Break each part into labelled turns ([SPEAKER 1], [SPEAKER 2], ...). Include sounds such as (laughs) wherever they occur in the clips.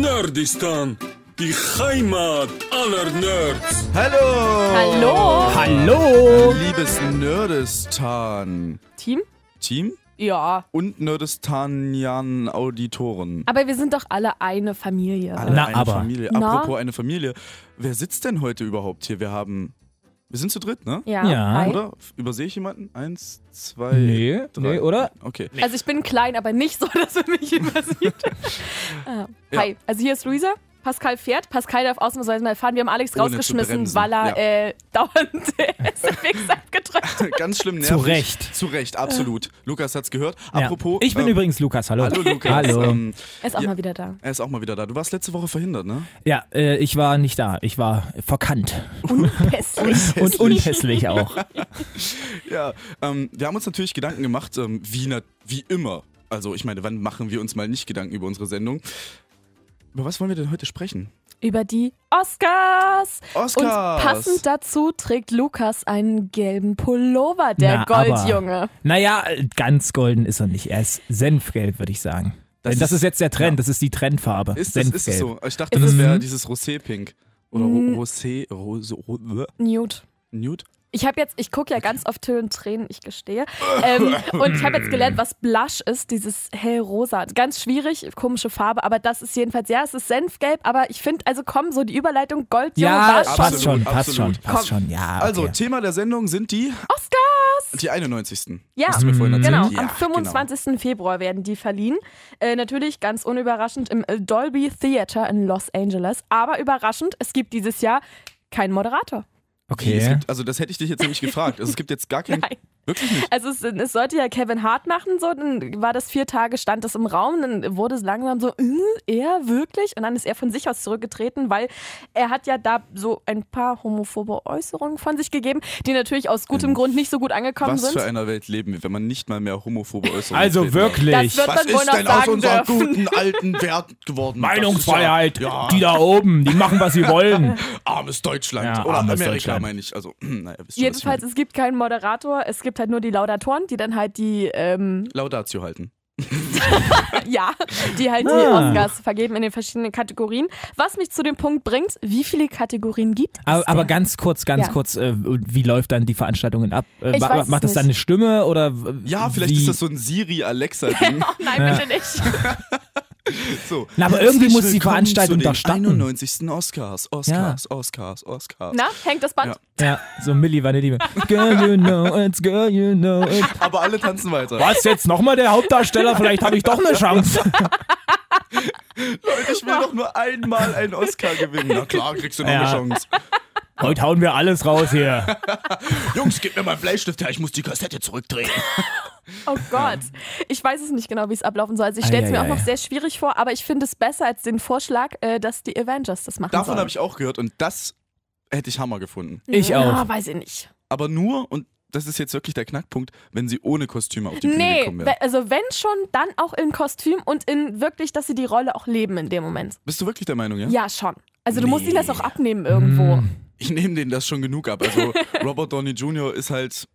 [SPEAKER 1] Nerdistan, die Heimat aller Nerds.
[SPEAKER 2] Hallo!
[SPEAKER 3] Hallo,
[SPEAKER 2] Oh.
[SPEAKER 4] Hallo!
[SPEAKER 2] Liebes Nerdistan-Team
[SPEAKER 3] Team? Ja.
[SPEAKER 2] und Nerdistanian-Auditoren.
[SPEAKER 3] Aber wir sind doch alle eine Familie.
[SPEAKER 2] Alle
[SPEAKER 4] Na,
[SPEAKER 2] eine
[SPEAKER 4] aber.
[SPEAKER 2] Familie.
[SPEAKER 3] Na?
[SPEAKER 2] Apropos eine Familie. Wer sitzt denn heute überhaupt hier? Wir haben. Wir sind zu dritt, ne?
[SPEAKER 3] ja.
[SPEAKER 4] Ja.
[SPEAKER 3] hi.
[SPEAKER 2] Oder? Übersehe ich jemanden? Eins, zwei.
[SPEAKER 4] Nee,
[SPEAKER 2] drei.
[SPEAKER 4] nee, oder?
[SPEAKER 2] Okay. (laughs)
[SPEAKER 3] Also ich bin klein, aber nicht so, (laughs) dass man mich immer sieht. Ah, Hi, also hier ist Luisa. Pascal fährt. Pascal darf ausnahmsweise mal fahren. Wir haben Alex
[SPEAKER 2] Ohne zu
[SPEAKER 3] rausgeschmissen,
[SPEAKER 2] bremsen.
[SPEAKER 3] weil er
[SPEAKER 2] Ja.
[SPEAKER 3] äh, dauernd (laughs) SFX abgedrückt hat.
[SPEAKER 2] Ganz schlimm nervig.
[SPEAKER 4] Zu Recht.
[SPEAKER 2] Zu Recht, absolut. Lukas hat's gehört.
[SPEAKER 4] Ja.
[SPEAKER 2] Apropos.
[SPEAKER 4] Ich bin
[SPEAKER 2] ähm,
[SPEAKER 4] übrigens Lukas, hallo.
[SPEAKER 2] Hallo Lukas.
[SPEAKER 4] Hallo.
[SPEAKER 2] Ähm,
[SPEAKER 3] Er ist auch
[SPEAKER 2] Ja.
[SPEAKER 3] mal
[SPEAKER 2] (laughs)
[SPEAKER 3] wieder da.
[SPEAKER 2] er ist auch mal wieder da. Du warst letzte Woche verhindert, ne?
[SPEAKER 4] Ja, äh, ich war nicht da. Ich war verkannt.
[SPEAKER 3] Pässlich.
[SPEAKER 4] Und
[SPEAKER 2] (laughs)
[SPEAKER 4] unpässlich auch.
[SPEAKER 2] Ja, ähm, wir haben uns natürlich Gedanken gemacht, ähm, wie, na, wie immer. Also ich meine, wann machen wir uns mal nicht Gedanken über unsere Sendung? Über was wollen wir denn heute sprechen?
[SPEAKER 3] Über die Oscars.
[SPEAKER 2] Oscars!
[SPEAKER 3] Und passend dazu trägt Lukas einen gelben Pullover, der
[SPEAKER 4] Na, aber-
[SPEAKER 3] Goldjunge.
[SPEAKER 4] Naja, ganz golden ist er nicht. Er ist senfgelb, würde ich sagen.
[SPEAKER 2] Das
[SPEAKER 4] Das, Denn das
[SPEAKER 2] ist-
[SPEAKER 4] ist jetzt der Trend. Das ist die Trendfarbe.
[SPEAKER 2] Ist das,
[SPEAKER 4] senfgelb.
[SPEAKER 2] ist das so? Ich dachte,
[SPEAKER 3] Ist
[SPEAKER 2] das
[SPEAKER 3] es-
[SPEAKER 2] wäre dieses Rosé-Pink. Oder
[SPEAKER 4] Hm.
[SPEAKER 2] Ro Rosé, Rose, Ro
[SPEAKER 3] Nude.
[SPEAKER 2] Nude?
[SPEAKER 3] Ich habe jetzt, ich gucke ja ganz oft Till und Tränen, ich gestehe. Ähm, und ich habe jetzt gelernt, was Blush ist, dieses hellrosa. Ganz schwierig, komische Farbe, aber das ist jedenfalls, ja, es ist senfgelb, aber ich finde, also komm, so die Überleitung Gold,
[SPEAKER 4] Ja,
[SPEAKER 3] war
[SPEAKER 4] passt
[SPEAKER 2] absolut,
[SPEAKER 4] schon, passt
[SPEAKER 2] absolut.
[SPEAKER 4] schon, passt schon. Ja, Ah, okay.
[SPEAKER 2] Also, Thema der Sendung sind die,
[SPEAKER 3] Oscars!
[SPEAKER 2] die 91.
[SPEAKER 3] Ja,
[SPEAKER 2] Hast du mir vorhin erzählt?
[SPEAKER 3] genau.
[SPEAKER 2] Ja,
[SPEAKER 3] Am 25. Februar werden die verliehen. Äh, natürlich ganz unüberraschend im äh, Dolby Theater in Los Angeles. Aber überraschend, es gibt dieses Jahr keinen Moderator.
[SPEAKER 2] Wie, es
[SPEAKER 4] okay.
[SPEAKER 2] gibt, also das hätte ich dich jetzt
[SPEAKER 3] (laughs)
[SPEAKER 2] nämlich gefragt. Also es gibt jetzt gar keinen...
[SPEAKER 3] Nein.
[SPEAKER 2] Wirklich nicht?
[SPEAKER 3] Also es, es sollte ja Kevin Hart machen, so dann war das vier Tage, stand das im Raum, dann wurde es langsam so, äh, er wirklich? Und dann ist er von sich aus zurückgetreten, weil er hat ja da so ein paar homophobe Äußerungen von sich gegeben, die natürlich aus gutem Grund nicht so gut angekommen
[SPEAKER 2] Mhm. Was
[SPEAKER 3] sind.
[SPEAKER 2] für einer Welt leben wir, wenn man nicht mal mehr homophobe Äußerungen
[SPEAKER 4] Also
[SPEAKER 2] treten darf?
[SPEAKER 4] wirklich.
[SPEAKER 3] Das wird-
[SPEAKER 2] Was
[SPEAKER 3] man wohl
[SPEAKER 2] ist
[SPEAKER 3] noch
[SPEAKER 2] denn aus
[SPEAKER 3] sagen
[SPEAKER 2] unserem
[SPEAKER 3] dürfen.
[SPEAKER 2] guten alten Wert
[SPEAKER 4] (laughs)
[SPEAKER 2] geworden?
[SPEAKER 4] Meinungsfreiheit,
[SPEAKER 2] Das ist Ja,
[SPEAKER 4] die
[SPEAKER 2] ja,
[SPEAKER 4] da oben, die machen, was sie wollen.
[SPEAKER 2] armes Deutschland.
[SPEAKER 4] Ja,
[SPEAKER 2] Oder
[SPEAKER 4] armes
[SPEAKER 2] Amerika,
[SPEAKER 4] Deutschland.
[SPEAKER 2] meine ich. Also, (clears throat) naja, wisst ihr, was ich
[SPEAKER 3] Jedenfalls,
[SPEAKER 2] meine.
[SPEAKER 3] es gibt keinen Moderator, es gibt halt nur die Laudatoren, die dann halt die, ähm, (laughs)
[SPEAKER 2] Laudatio halten.
[SPEAKER 3] ja, die halt
[SPEAKER 4] Ah.
[SPEAKER 3] die Oscars vergeben in den verschiedenen Kategorien. Was mich zu dem Punkt bringt, wie viele Kategorien gibt es?
[SPEAKER 4] Aber, aber
[SPEAKER 3] denn?
[SPEAKER 4] ganz kurz, ganz
[SPEAKER 3] Ja.
[SPEAKER 4] kurz, äh, wie läuft dann die Veranstaltungen ab? Äh,
[SPEAKER 3] Ich
[SPEAKER 4] wa-
[SPEAKER 3] weiß es
[SPEAKER 4] macht das dann eine
[SPEAKER 3] nicht.
[SPEAKER 4] Stimme oder w-
[SPEAKER 2] Ja, vielleicht
[SPEAKER 4] wie?
[SPEAKER 2] ist das so ein Siri-Alexa-Ding.
[SPEAKER 3] (laughs) (laughs) Oh nein, bitte nicht.
[SPEAKER 2] so.
[SPEAKER 4] Na, aber irgendwie
[SPEAKER 2] Herzlich
[SPEAKER 4] muss die
[SPEAKER 2] willkommen
[SPEAKER 4] Veranstaltung
[SPEAKER 2] zu den
[SPEAKER 4] doch starten.
[SPEAKER 2] 91. Oscars, Oscars, Oscars, Oscars.
[SPEAKER 3] Na, hängt das Band?
[SPEAKER 2] Ja.
[SPEAKER 4] Ja, so Milli Vanilli. Girl, you know it's girl, you know it.
[SPEAKER 2] Aber alle tanzen weiter.
[SPEAKER 4] Was jetzt nochmal der Hauptdarsteller? Vielleicht habe ich doch eine Chance.
[SPEAKER 2] Ich will doch nur einmal einen Oscar gewinnen. Na klar, kriegst du noch
[SPEAKER 4] Ja.
[SPEAKER 2] eine Chance.
[SPEAKER 4] Heute hauen wir alles raus hier.
[SPEAKER 2] Jungs, gib mir meinen Bleistift her, ich muss die Kassette zurückdrehen.
[SPEAKER 3] Oh Gott. Ich weiß es nicht genau, wie es ablaufen soll. Also
[SPEAKER 4] Ah,
[SPEAKER 3] ich stelle es mir auch
[SPEAKER 4] Eieiei.
[SPEAKER 3] noch sehr schwierig vor, aber ich finde es besser als den Vorschlag, äh, dass die Avengers das machen
[SPEAKER 2] Davon
[SPEAKER 3] sollen.
[SPEAKER 2] habe ich auch gehört und das hätte ich Hammer gefunden.
[SPEAKER 4] Ich
[SPEAKER 3] Ja,
[SPEAKER 4] auch.
[SPEAKER 3] weiß ich nicht.
[SPEAKER 2] aber nur, und das ist jetzt wirklich der Knackpunkt, wenn sie ohne Kostüme auf die Bühne
[SPEAKER 3] Nee,
[SPEAKER 2] gekommen wären.
[SPEAKER 3] we- also wenn schon, dann auch in Kostüm und in wirklich, dass sie die Rolle auch leben in dem Moment.
[SPEAKER 2] Bist du wirklich der Meinung, ja?
[SPEAKER 3] Ja, schon. Also du musst ihnen das auch abnehmen irgendwo.
[SPEAKER 4] Hm.
[SPEAKER 2] Ich nehme denen das schon genug ab.
[SPEAKER 3] (laughs)
[SPEAKER 2] Also Robert Downey Jr. ist halt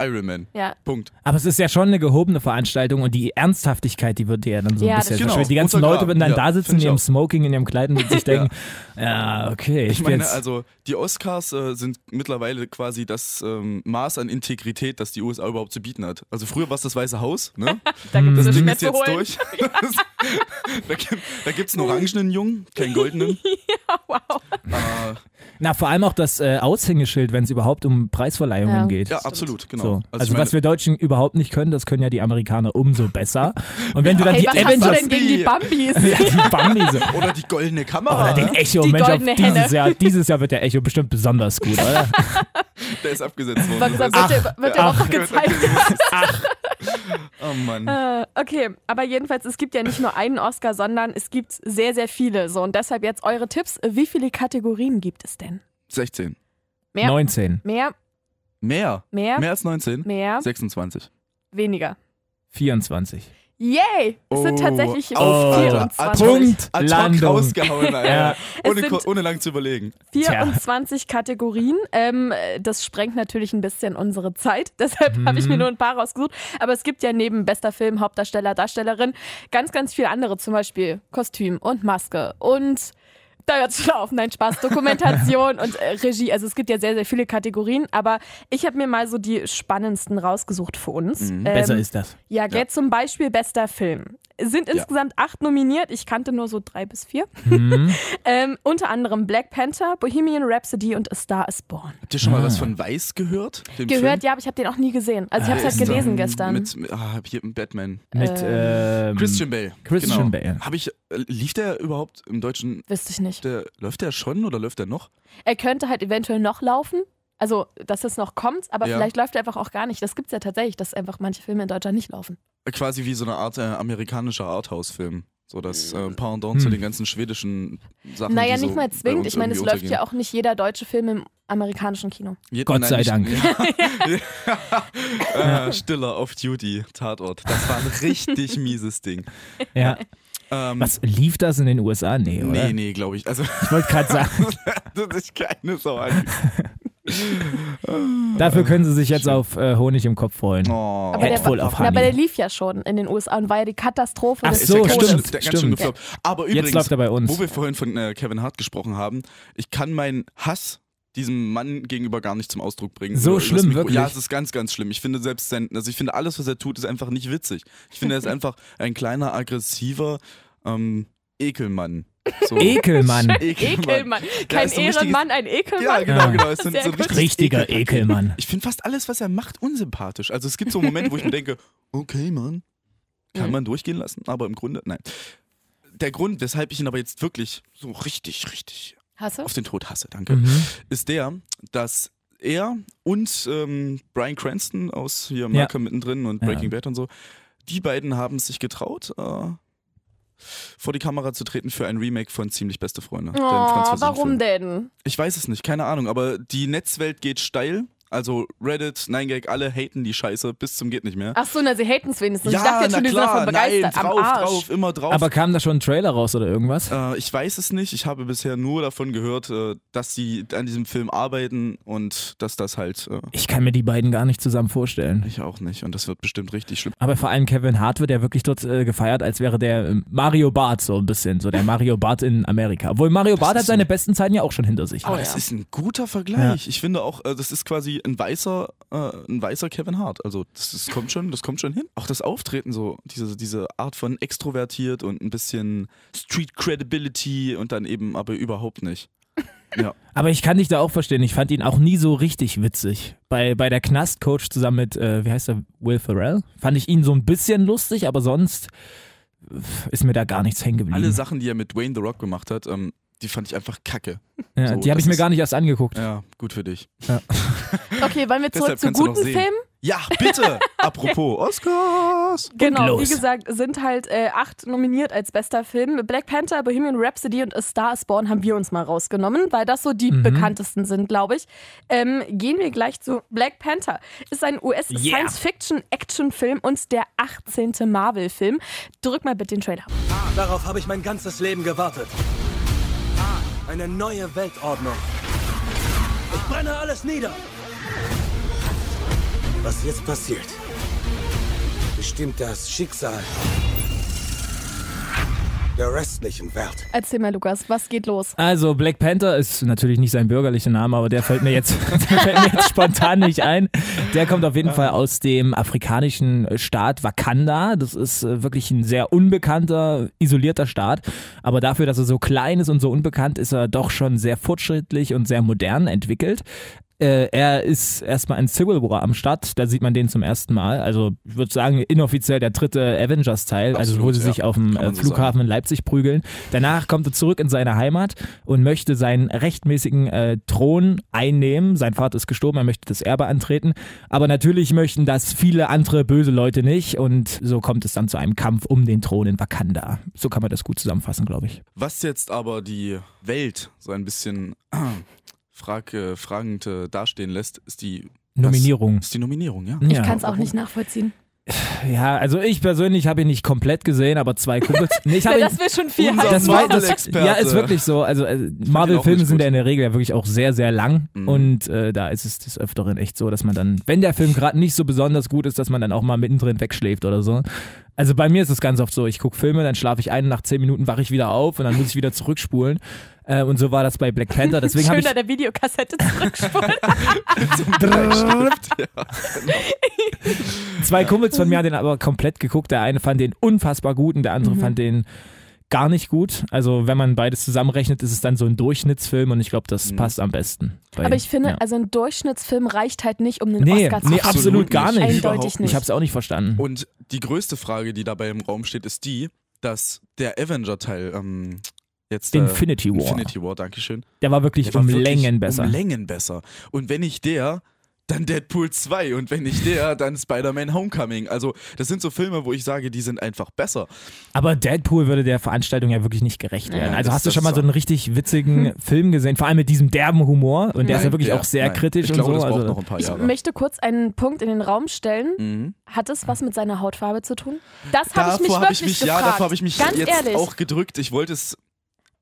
[SPEAKER 2] Iron Man.
[SPEAKER 3] Ja.
[SPEAKER 2] Punkt.
[SPEAKER 4] Aber es ist ja schon eine gehobene Veranstaltung und die Ernsthaftigkeit, die wird dir ja dann so ein
[SPEAKER 3] Ja, das
[SPEAKER 4] bisschen
[SPEAKER 3] stimmt.
[SPEAKER 4] verschwindet. Die ganzen
[SPEAKER 2] Genau,
[SPEAKER 4] Leute werden dann
[SPEAKER 2] untergraben.
[SPEAKER 4] da
[SPEAKER 2] Ja,
[SPEAKER 4] sitzen
[SPEAKER 2] find
[SPEAKER 4] in
[SPEAKER 2] ich
[SPEAKER 4] ihrem
[SPEAKER 2] auch.
[SPEAKER 4] Smoking, in ihrem Kleid und (laughs) sich denken, ja, okay, ich,
[SPEAKER 2] Ich
[SPEAKER 4] bin
[SPEAKER 2] meine,
[SPEAKER 4] jetzt...
[SPEAKER 2] also die Oscars äh, sind mittlerweile quasi das ähm, Maß an Integrität, das die USA überhaupt zu bieten hat. Also früher war es das Weiße Haus, ne?
[SPEAKER 3] (laughs) Da gibt
[SPEAKER 2] Das
[SPEAKER 3] es
[SPEAKER 2] Ding
[SPEAKER 3] mehr
[SPEAKER 2] ist
[SPEAKER 3] zu
[SPEAKER 2] jetzt
[SPEAKER 3] holen. (laughs)
[SPEAKER 2] durch. (laughs) Das, da gibt da gibt's einen orangenen Jungen, keinen
[SPEAKER 3] (laughs)
[SPEAKER 2] goldenen.
[SPEAKER 3] Wow.
[SPEAKER 2] Äh,
[SPEAKER 4] Na, vor allem auch das äh, Aushängeschild, wenn es überhaupt um Preisverleihungen
[SPEAKER 3] Ja.
[SPEAKER 4] geht.
[SPEAKER 2] ja, absolut, genau.
[SPEAKER 4] So.
[SPEAKER 2] ich
[SPEAKER 4] Also,
[SPEAKER 2] meine-
[SPEAKER 4] was wir Deutschen überhaupt nicht können, das können ja die Amerikaner umso besser. Und wenn du dann
[SPEAKER 3] Hey,
[SPEAKER 4] die
[SPEAKER 3] was hast du
[SPEAKER 4] Avengers...
[SPEAKER 3] denn gegen die Bambis?
[SPEAKER 4] (laughs) Ja, die
[SPEAKER 3] (laughs)
[SPEAKER 4] Bambi so... Oh,
[SPEAKER 2] oder die goldene Kamera.
[SPEAKER 4] Oder den Echo,
[SPEAKER 3] Die
[SPEAKER 4] Mensch, auf
[SPEAKER 3] goldene
[SPEAKER 4] dieses
[SPEAKER 3] Henne.
[SPEAKER 4] Jahr, dieses Jahr wird der Echo bestimmt besonders gut, oder?
[SPEAKER 2] (laughs) der ist abgesetzt
[SPEAKER 3] Warum
[SPEAKER 2] worden.
[SPEAKER 3] wird der, wird der auch noch
[SPEAKER 2] Ach. (laughs)
[SPEAKER 3] gezeigt?
[SPEAKER 2] Oh Mann.
[SPEAKER 3] Äh, okay, aber jedenfalls, es gibt ja nicht nur einen Oscar, sondern es gibt sehr, sehr viele. So, und deshalb jetzt eure Tipps. Wie viele Kategorien gibt es denn?
[SPEAKER 2] 16.
[SPEAKER 3] (laughs) Ja.
[SPEAKER 4] 19,
[SPEAKER 3] Mehr,
[SPEAKER 2] Mehr.
[SPEAKER 3] mehr, mehr,
[SPEAKER 2] Mehr als 19? 26.
[SPEAKER 3] weniger.
[SPEAKER 4] 24.
[SPEAKER 3] Yay! Es sind
[SPEAKER 2] Oh,
[SPEAKER 3] tatsächlich
[SPEAKER 2] auf, Alter.
[SPEAKER 3] 24,
[SPEAKER 4] Punkt,
[SPEAKER 2] Ad hoc
[SPEAKER 4] Landung.
[SPEAKER 2] rausgehauen, Alter.
[SPEAKER 4] Ja.
[SPEAKER 3] Es
[SPEAKER 2] ohne,
[SPEAKER 3] sind-
[SPEAKER 2] ko- ohne lang zu überlegen.
[SPEAKER 3] 24 Kategorien. Ähm, das sprengt natürlich ein bisschen unsere Zeit. (laughs) Deshalb habe ich mir nur ein paar rausgesucht. Aber es gibt ja neben bester Film, Hauptdarsteller, Darstellerin ganz, ganz viele andere. Zum Beispiel Kostüm und Maske und da hört schon auf. Nein, Spaß. Dokumentation und äh, Regie. Also es gibt ja sehr, sehr viele Kategorien. Aber ich habe mir mal so die spannendsten rausgesucht für uns. Ähm,
[SPEAKER 4] Besser ist das.
[SPEAKER 3] ja, gell, zum Beispiel bester Film. Sind insgesamt acht nominiert. Ich kannte nur so drei bis vier.
[SPEAKER 4] Mhm.
[SPEAKER 3] (laughs) ähm, unter anderem Black Panther, Bohemian Rhapsody und A Star is Born.
[SPEAKER 2] Habt ihr schon mal was von Weiß gehört? Dem
[SPEAKER 3] Gehört,
[SPEAKER 2] Film?
[SPEAKER 3] ja, aber ich habe den auch nie gesehen. Also ich habe es
[SPEAKER 4] ist
[SPEAKER 3] halt gelesen
[SPEAKER 2] Ähm,
[SPEAKER 3] gestern.
[SPEAKER 2] Mit, mit- ah, hier im Batman.
[SPEAKER 4] Mit
[SPEAKER 3] äh,
[SPEAKER 4] ähm,
[SPEAKER 2] Christian Bale.
[SPEAKER 4] Christian
[SPEAKER 2] genau.
[SPEAKER 4] Bale.
[SPEAKER 2] Hab ich, äh, lief der überhaupt im Deutschen?
[SPEAKER 3] Wüsste ich nicht.
[SPEAKER 2] Der, läuft der schon oder läuft der noch?
[SPEAKER 3] Er könnte halt eventuell noch laufen. Also, dass es noch kommt, aber
[SPEAKER 2] Ja.
[SPEAKER 3] vielleicht läuft er einfach auch gar nicht. Das gibt's ja tatsächlich, dass einfach manche Filme in Deutschland nicht laufen.
[SPEAKER 2] Quasi wie so eine Art äh, amerikanischer Arthouse-Film. So das äh, Pendant zu
[SPEAKER 4] Hm.
[SPEAKER 2] den ganzen schwedischen Sachen.
[SPEAKER 3] naja,
[SPEAKER 2] die
[SPEAKER 3] nicht
[SPEAKER 2] so
[SPEAKER 3] mal zwingend.
[SPEAKER 2] bei uns
[SPEAKER 3] Ich meine, es
[SPEAKER 2] irgendwie
[SPEAKER 3] läuft ja auch nicht jeder deutsche Film im amerikanischen Kino.
[SPEAKER 2] Jeden-
[SPEAKER 4] Gott sei
[SPEAKER 2] nicht-
[SPEAKER 4] Dank. (laughs)
[SPEAKER 2] Ja. (laughs) äh, Stiller auf Duty, Tatort. Das war ein richtig mieses Ding.
[SPEAKER 4] Ja.
[SPEAKER 2] Ähm,
[SPEAKER 4] Was lief das in den USA? Nee, oder?
[SPEAKER 2] Nee, nee, glaube ich. Also, (laughs)
[SPEAKER 4] Ich wollte gerade sagen,
[SPEAKER 2] das ist keine Sau.
[SPEAKER 4] (laughs)
[SPEAKER 2] an.
[SPEAKER 4] dafür können sie sich jetzt auf äh, Honig im Kopf freuen.
[SPEAKER 2] Oh.
[SPEAKER 3] Aber
[SPEAKER 4] Head full
[SPEAKER 3] der,
[SPEAKER 4] of
[SPEAKER 3] na,
[SPEAKER 4] honey.
[SPEAKER 3] aber der lief ja schon in den USA und war ja die Katastrophe.
[SPEAKER 4] Ach
[SPEAKER 3] des
[SPEAKER 4] so,
[SPEAKER 3] Todes.
[SPEAKER 2] ganz schön-
[SPEAKER 4] stimmt,
[SPEAKER 2] der ganz schön
[SPEAKER 4] stimmt.
[SPEAKER 2] gefloppt. Aber
[SPEAKER 4] Jetzt
[SPEAKER 2] übrigens,
[SPEAKER 4] läuft er bei uns.
[SPEAKER 2] wo wir vorhin von äh, Kevin Hart gesprochen haben, ich kann meinen Hass diesem Mann gegenüber gar nicht zum Ausdruck bringen.
[SPEAKER 4] So
[SPEAKER 2] Über- übers
[SPEAKER 4] schlimm,
[SPEAKER 2] Mikro.
[SPEAKER 4] wirklich?
[SPEAKER 2] Ja, es ist ganz, ganz schlimm. Ich finde selbst sein, also ich finde alles, was er tut, ist einfach nicht witzig. Ich finde, er
[SPEAKER 4] (laughs)
[SPEAKER 2] ist einfach ein kleiner, aggressiver ähm, Ekelmann. So.
[SPEAKER 4] Ekelmann. Ah.
[SPEAKER 3] Ekelmann.
[SPEAKER 2] Ja,
[SPEAKER 3] Kein
[SPEAKER 2] ist so ein richtiges-
[SPEAKER 3] Ehrenmann, ein
[SPEAKER 2] Ja,
[SPEAKER 3] Ekelmann.
[SPEAKER 2] genau, genau. Ist so, so
[SPEAKER 3] Sehr
[SPEAKER 2] ein
[SPEAKER 3] gut.
[SPEAKER 2] richtiges
[SPEAKER 4] Richtiger
[SPEAKER 2] Ekelpaket. (laughs)
[SPEAKER 4] Ekelmann.
[SPEAKER 2] Ich finde fast alles, was er macht, unsympathisch. Also es gibt so Momente, wo ich mir denke, (laughs) okay, Mann, kann man durchgehen lassen, aber im Grunde, nein. Der Grund, weshalb ich ihn aber jetzt wirklich so richtig, richtig
[SPEAKER 3] Hast du?
[SPEAKER 2] auf den Tod hasse, danke,
[SPEAKER 4] Mhm.
[SPEAKER 2] ist der, dass er und ähm, Brian Cranston aus hier
[SPEAKER 4] Ja.
[SPEAKER 2] Malcolm mittendrin und
[SPEAKER 4] Ja.
[SPEAKER 2] Breaking Bad und so, die beiden haben es sich getraut, äh, vor die Kamera zu treten für ein Remake von Ziemlich Beste Freunde.
[SPEAKER 3] Oh,
[SPEAKER 2] dem genau. französischen Film.
[SPEAKER 3] warum denn?
[SPEAKER 2] Ich weiß es nicht, keine Ahnung, aber die Netzwelt geht steil. Also Reddit, 9gag, alle haten die Scheiße bis zum geht nicht mehr.
[SPEAKER 3] Ach so, na, sie haten es wenigstens. Also ich
[SPEAKER 2] ja,
[SPEAKER 3] dachte jetzt schon,
[SPEAKER 2] na
[SPEAKER 3] die sind davon
[SPEAKER 2] klar, nein,
[SPEAKER 3] begeistert.
[SPEAKER 2] drauf,
[SPEAKER 3] Am Arsch.
[SPEAKER 2] drauf, immer drauf.
[SPEAKER 4] Aber kam da schon ein Trailer raus oder irgendwas?
[SPEAKER 2] äh, ich weiß es nicht, ich habe bisher nur davon gehört, äh, dass sie an diesem Film arbeiten und dass das halt, äh,
[SPEAKER 4] Ich kann mir die beiden gar nicht zusammen vorstellen.
[SPEAKER 2] ich auch nicht und das wird bestimmt richtig schlimm.
[SPEAKER 4] Aber vor allem Kevin Hart wird ja wirklich dort äh, gefeiert, als wäre der ähm, Mario Barth so ein bisschen, so der Mario Barth in Amerika. Obwohl Mario Barth hat
[SPEAKER 2] ist
[SPEAKER 4] seine
[SPEAKER 2] so-
[SPEAKER 4] besten Zeiten ja auch schon hinter sich.
[SPEAKER 2] Aber
[SPEAKER 3] Oh
[SPEAKER 2] das
[SPEAKER 3] ja.
[SPEAKER 2] ist ein guter Vergleich. Ich finde auch, äh, das ist quasi ein weißer, äh, ein weißer Kevin Hart. Also das, das kommt schon, das kommt schon hin. Auch das Auftreten so, diese, diese Art von extrovertiert und ein bisschen Street Credibility und dann eben aber überhaupt nicht. Ja.
[SPEAKER 4] Aber ich kann dich da auch verstehen. Ich fand ihn auch nie so richtig witzig. Bei, bei der Knast-Coach zusammen mit, äh, wie heißt er, Will Ferrell, fand ich ihn so ein bisschen lustig, aber sonst pff, ist mir da gar nichts hängen geblieben.
[SPEAKER 2] Alle Sachen, die er mit Dwayne The Rock gemacht hat, ähm, die fand ich einfach kacke.
[SPEAKER 4] ja,
[SPEAKER 2] so,
[SPEAKER 4] die habe
[SPEAKER 2] das
[SPEAKER 4] ich mir
[SPEAKER 2] ist-
[SPEAKER 4] gar nicht erst angeguckt.
[SPEAKER 2] Ja, gut für dich.
[SPEAKER 3] Okay, wollen wir zurück
[SPEAKER 2] Deshalb
[SPEAKER 3] zu
[SPEAKER 2] kannst du noch
[SPEAKER 3] guten
[SPEAKER 2] sehen.
[SPEAKER 3] Filmen?
[SPEAKER 2] Ja, bitte! Apropos Oscars!
[SPEAKER 3] Genau,
[SPEAKER 4] los.
[SPEAKER 3] wie gesagt, sind halt äh, acht nominiert als bester Film. Black Panther, Bohemian Rhapsody und A Star is Born haben wir uns mal rausgenommen, weil das so die
[SPEAKER 2] Mhm.
[SPEAKER 3] bekanntesten sind, glaube ich. Ähm, gehen wir gleich zu Black Panther. Ist ein US-Science-Fiction-Action-Film und der 18. Marvel-Film. Drück mal bitte den Trailer.
[SPEAKER 5] Darauf habe ich mein ganzes Leben gewartet. Eine neue Weltordnung. Ich brenne alles nieder. Was jetzt passiert, bestimmt das Schicksal der restlichen Welt.
[SPEAKER 3] Erzähl mal, Lukas, was geht los?
[SPEAKER 4] Also Black Panther ist natürlich nicht sein bürgerlicher Name, aber der fällt mir jetzt, (laughs) der fällt mir jetzt spontan nicht ein. Der kommt auf jeden Fall aus dem afrikanischen Staat Wakanda. Das ist äh, wirklich ein sehr unbekannter, isolierter Staat. Aber dafür, dass er so klein ist und so unbekannt, ist er doch schon sehr fortschrittlich und sehr modern entwickelt. Äh, er ist erstmal in Civil War am Start, da sieht man den zum ersten Mal. Also ich würde sagen, inoffiziell der dritte Avengers-Teil, also wo
[SPEAKER 2] Absolut,
[SPEAKER 4] sie
[SPEAKER 2] ja.
[SPEAKER 4] sich auf dem
[SPEAKER 2] Kann man
[SPEAKER 4] äh,
[SPEAKER 2] so
[SPEAKER 4] Flughafen in Leipzig prügeln. Danach kommt er zurück in seine Heimat und möchte seinen rechtmäßigen äh, Thron einnehmen. Sein Vater ist gestorben, er möchte das Erbe antreten. Aber natürlich möchten das viele andere böse Leute nicht. Und so kommt es dann zu einem Kampf um den Thron in Wakanda. So kann man das gut zusammenfassen, glaube ich.
[SPEAKER 2] Was jetzt aber die Welt so ein bisschen äh, frag, äh, fragend äh, dastehen lässt, ist die,
[SPEAKER 4] Nominierung.
[SPEAKER 2] ist die Nominierung, ja.
[SPEAKER 3] Ich
[SPEAKER 4] Ja.
[SPEAKER 3] kann es auch nicht nachvollziehen.
[SPEAKER 4] Ja, also ich persönlich habe ihn nicht komplett gesehen, aber zwei Kumpels. Nee,
[SPEAKER 3] (laughs)
[SPEAKER 4] ich
[SPEAKER 3] Ja,
[SPEAKER 4] habe ihn,
[SPEAKER 3] das wäre schon viel.
[SPEAKER 2] Unser-
[SPEAKER 3] heißen.
[SPEAKER 4] das war das,
[SPEAKER 2] Marvel-Experte.
[SPEAKER 4] Ja, ist wirklich so. Also äh,
[SPEAKER 2] auch
[SPEAKER 4] Marvel-Filme
[SPEAKER 2] nicht
[SPEAKER 4] sind
[SPEAKER 2] gut. Mhm.
[SPEAKER 4] ja in der Regel ja wirklich auch sehr, sehr lang. Und äh, da ist es des Öfteren echt so, dass man dann, wenn der Film gerade nicht so besonders gut ist, dass man dann auch mal mittendrin wegschläft oder so. Also bei mir ist es ganz oft so, ich gucke Filme, dann schlafe ich ein, nach zehn Minuten wache ich wieder auf und dann muss ich wieder zurückspulen. Äh, und so war das bei Black Panther. Deswegen habe
[SPEAKER 3] Schön
[SPEAKER 4] ich
[SPEAKER 3] an der Videokassette zurückspulen.
[SPEAKER 4] Zwei Kumpels
[SPEAKER 3] Mhm.
[SPEAKER 4] von mir haben den aber komplett geguckt. Der eine fand den unfassbar gut und der andere fand den gar nicht gut. Also wenn man beides zusammenrechnet, ist es dann so ein Durchschnittsfilm und ich glaube, das passt am besten. Bei-
[SPEAKER 3] Mhm. Aber ich finde,
[SPEAKER 4] ja.
[SPEAKER 3] also ein Durchschnittsfilm reicht halt nicht, um einen
[SPEAKER 4] nee,
[SPEAKER 3] Oscar zu
[SPEAKER 4] nee,
[SPEAKER 3] gewinnen.
[SPEAKER 4] absolut gar nicht.
[SPEAKER 3] Eindeutig
[SPEAKER 2] Überhaupt
[SPEAKER 3] nicht.
[SPEAKER 4] Ich habe es auch nicht verstanden.
[SPEAKER 2] Und die größte Frage, die dabei im Raum steht, ist die, dass der Avenger-Teil ähm, jetzt.
[SPEAKER 4] Infinity War.
[SPEAKER 2] Infinity War, Dankeschön.
[SPEAKER 4] Der war wirklich
[SPEAKER 2] Der war
[SPEAKER 4] um
[SPEAKER 2] wirklich
[SPEAKER 4] Längen besser.
[SPEAKER 2] Um Längen besser. Und wenn nicht der, dann Deadpool 2. Und wenn nicht der, dann Spider-Man Homecoming. Also, das sind so Filme, wo ich sage, die sind einfach besser.
[SPEAKER 4] Aber Deadpool würde der Veranstaltung ja wirklich nicht gerecht werden.
[SPEAKER 2] Ja,
[SPEAKER 4] also
[SPEAKER 2] das-
[SPEAKER 4] hast du
[SPEAKER 2] das
[SPEAKER 4] schon mal
[SPEAKER 2] ist
[SPEAKER 4] so einen richtig
[SPEAKER 3] (laughs)
[SPEAKER 4] witzigen Film gesehen, vor allem mit diesem derben Humor und der ist ja
[SPEAKER 2] Nein,
[SPEAKER 4] wirklich
[SPEAKER 2] der-
[SPEAKER 4] auch sehr
[SPEAKER 2] nein.
[SPEAKER 4] kritisch
[SPEAKER 2] ich glaube,
[SPEAKER 4] und so.
[SPEAKER 2] Das braucht
[SPEAKER 4] also,
[SPEAKER 2] noch ein paar
[SPEAKER 3] Ich
[SPEAKER 2] Jahre.
[SPEAKER 3] möchte kurz einen Punkt in den Raum stellen.
[SPEAKER 2] Mhm.
[SPEAKER 3] Hat es was mit seiner Hautfarbe zu tun? Das habe ich mich
[SPEAKER 2] Davor
[SPEAKER 3] wirklich
[SPEAKER 2] habe ich mich, ja,
[SPEAKER 3] gefragt.
[SPEAKER 2] davor habe ich mich
[SPEAKER 3] Ganz
[SPEAKER 2] jetzt
[SPEAKER 3] ehrlich.
[SPEAKER 2] auch gedrückt. Ich wollte es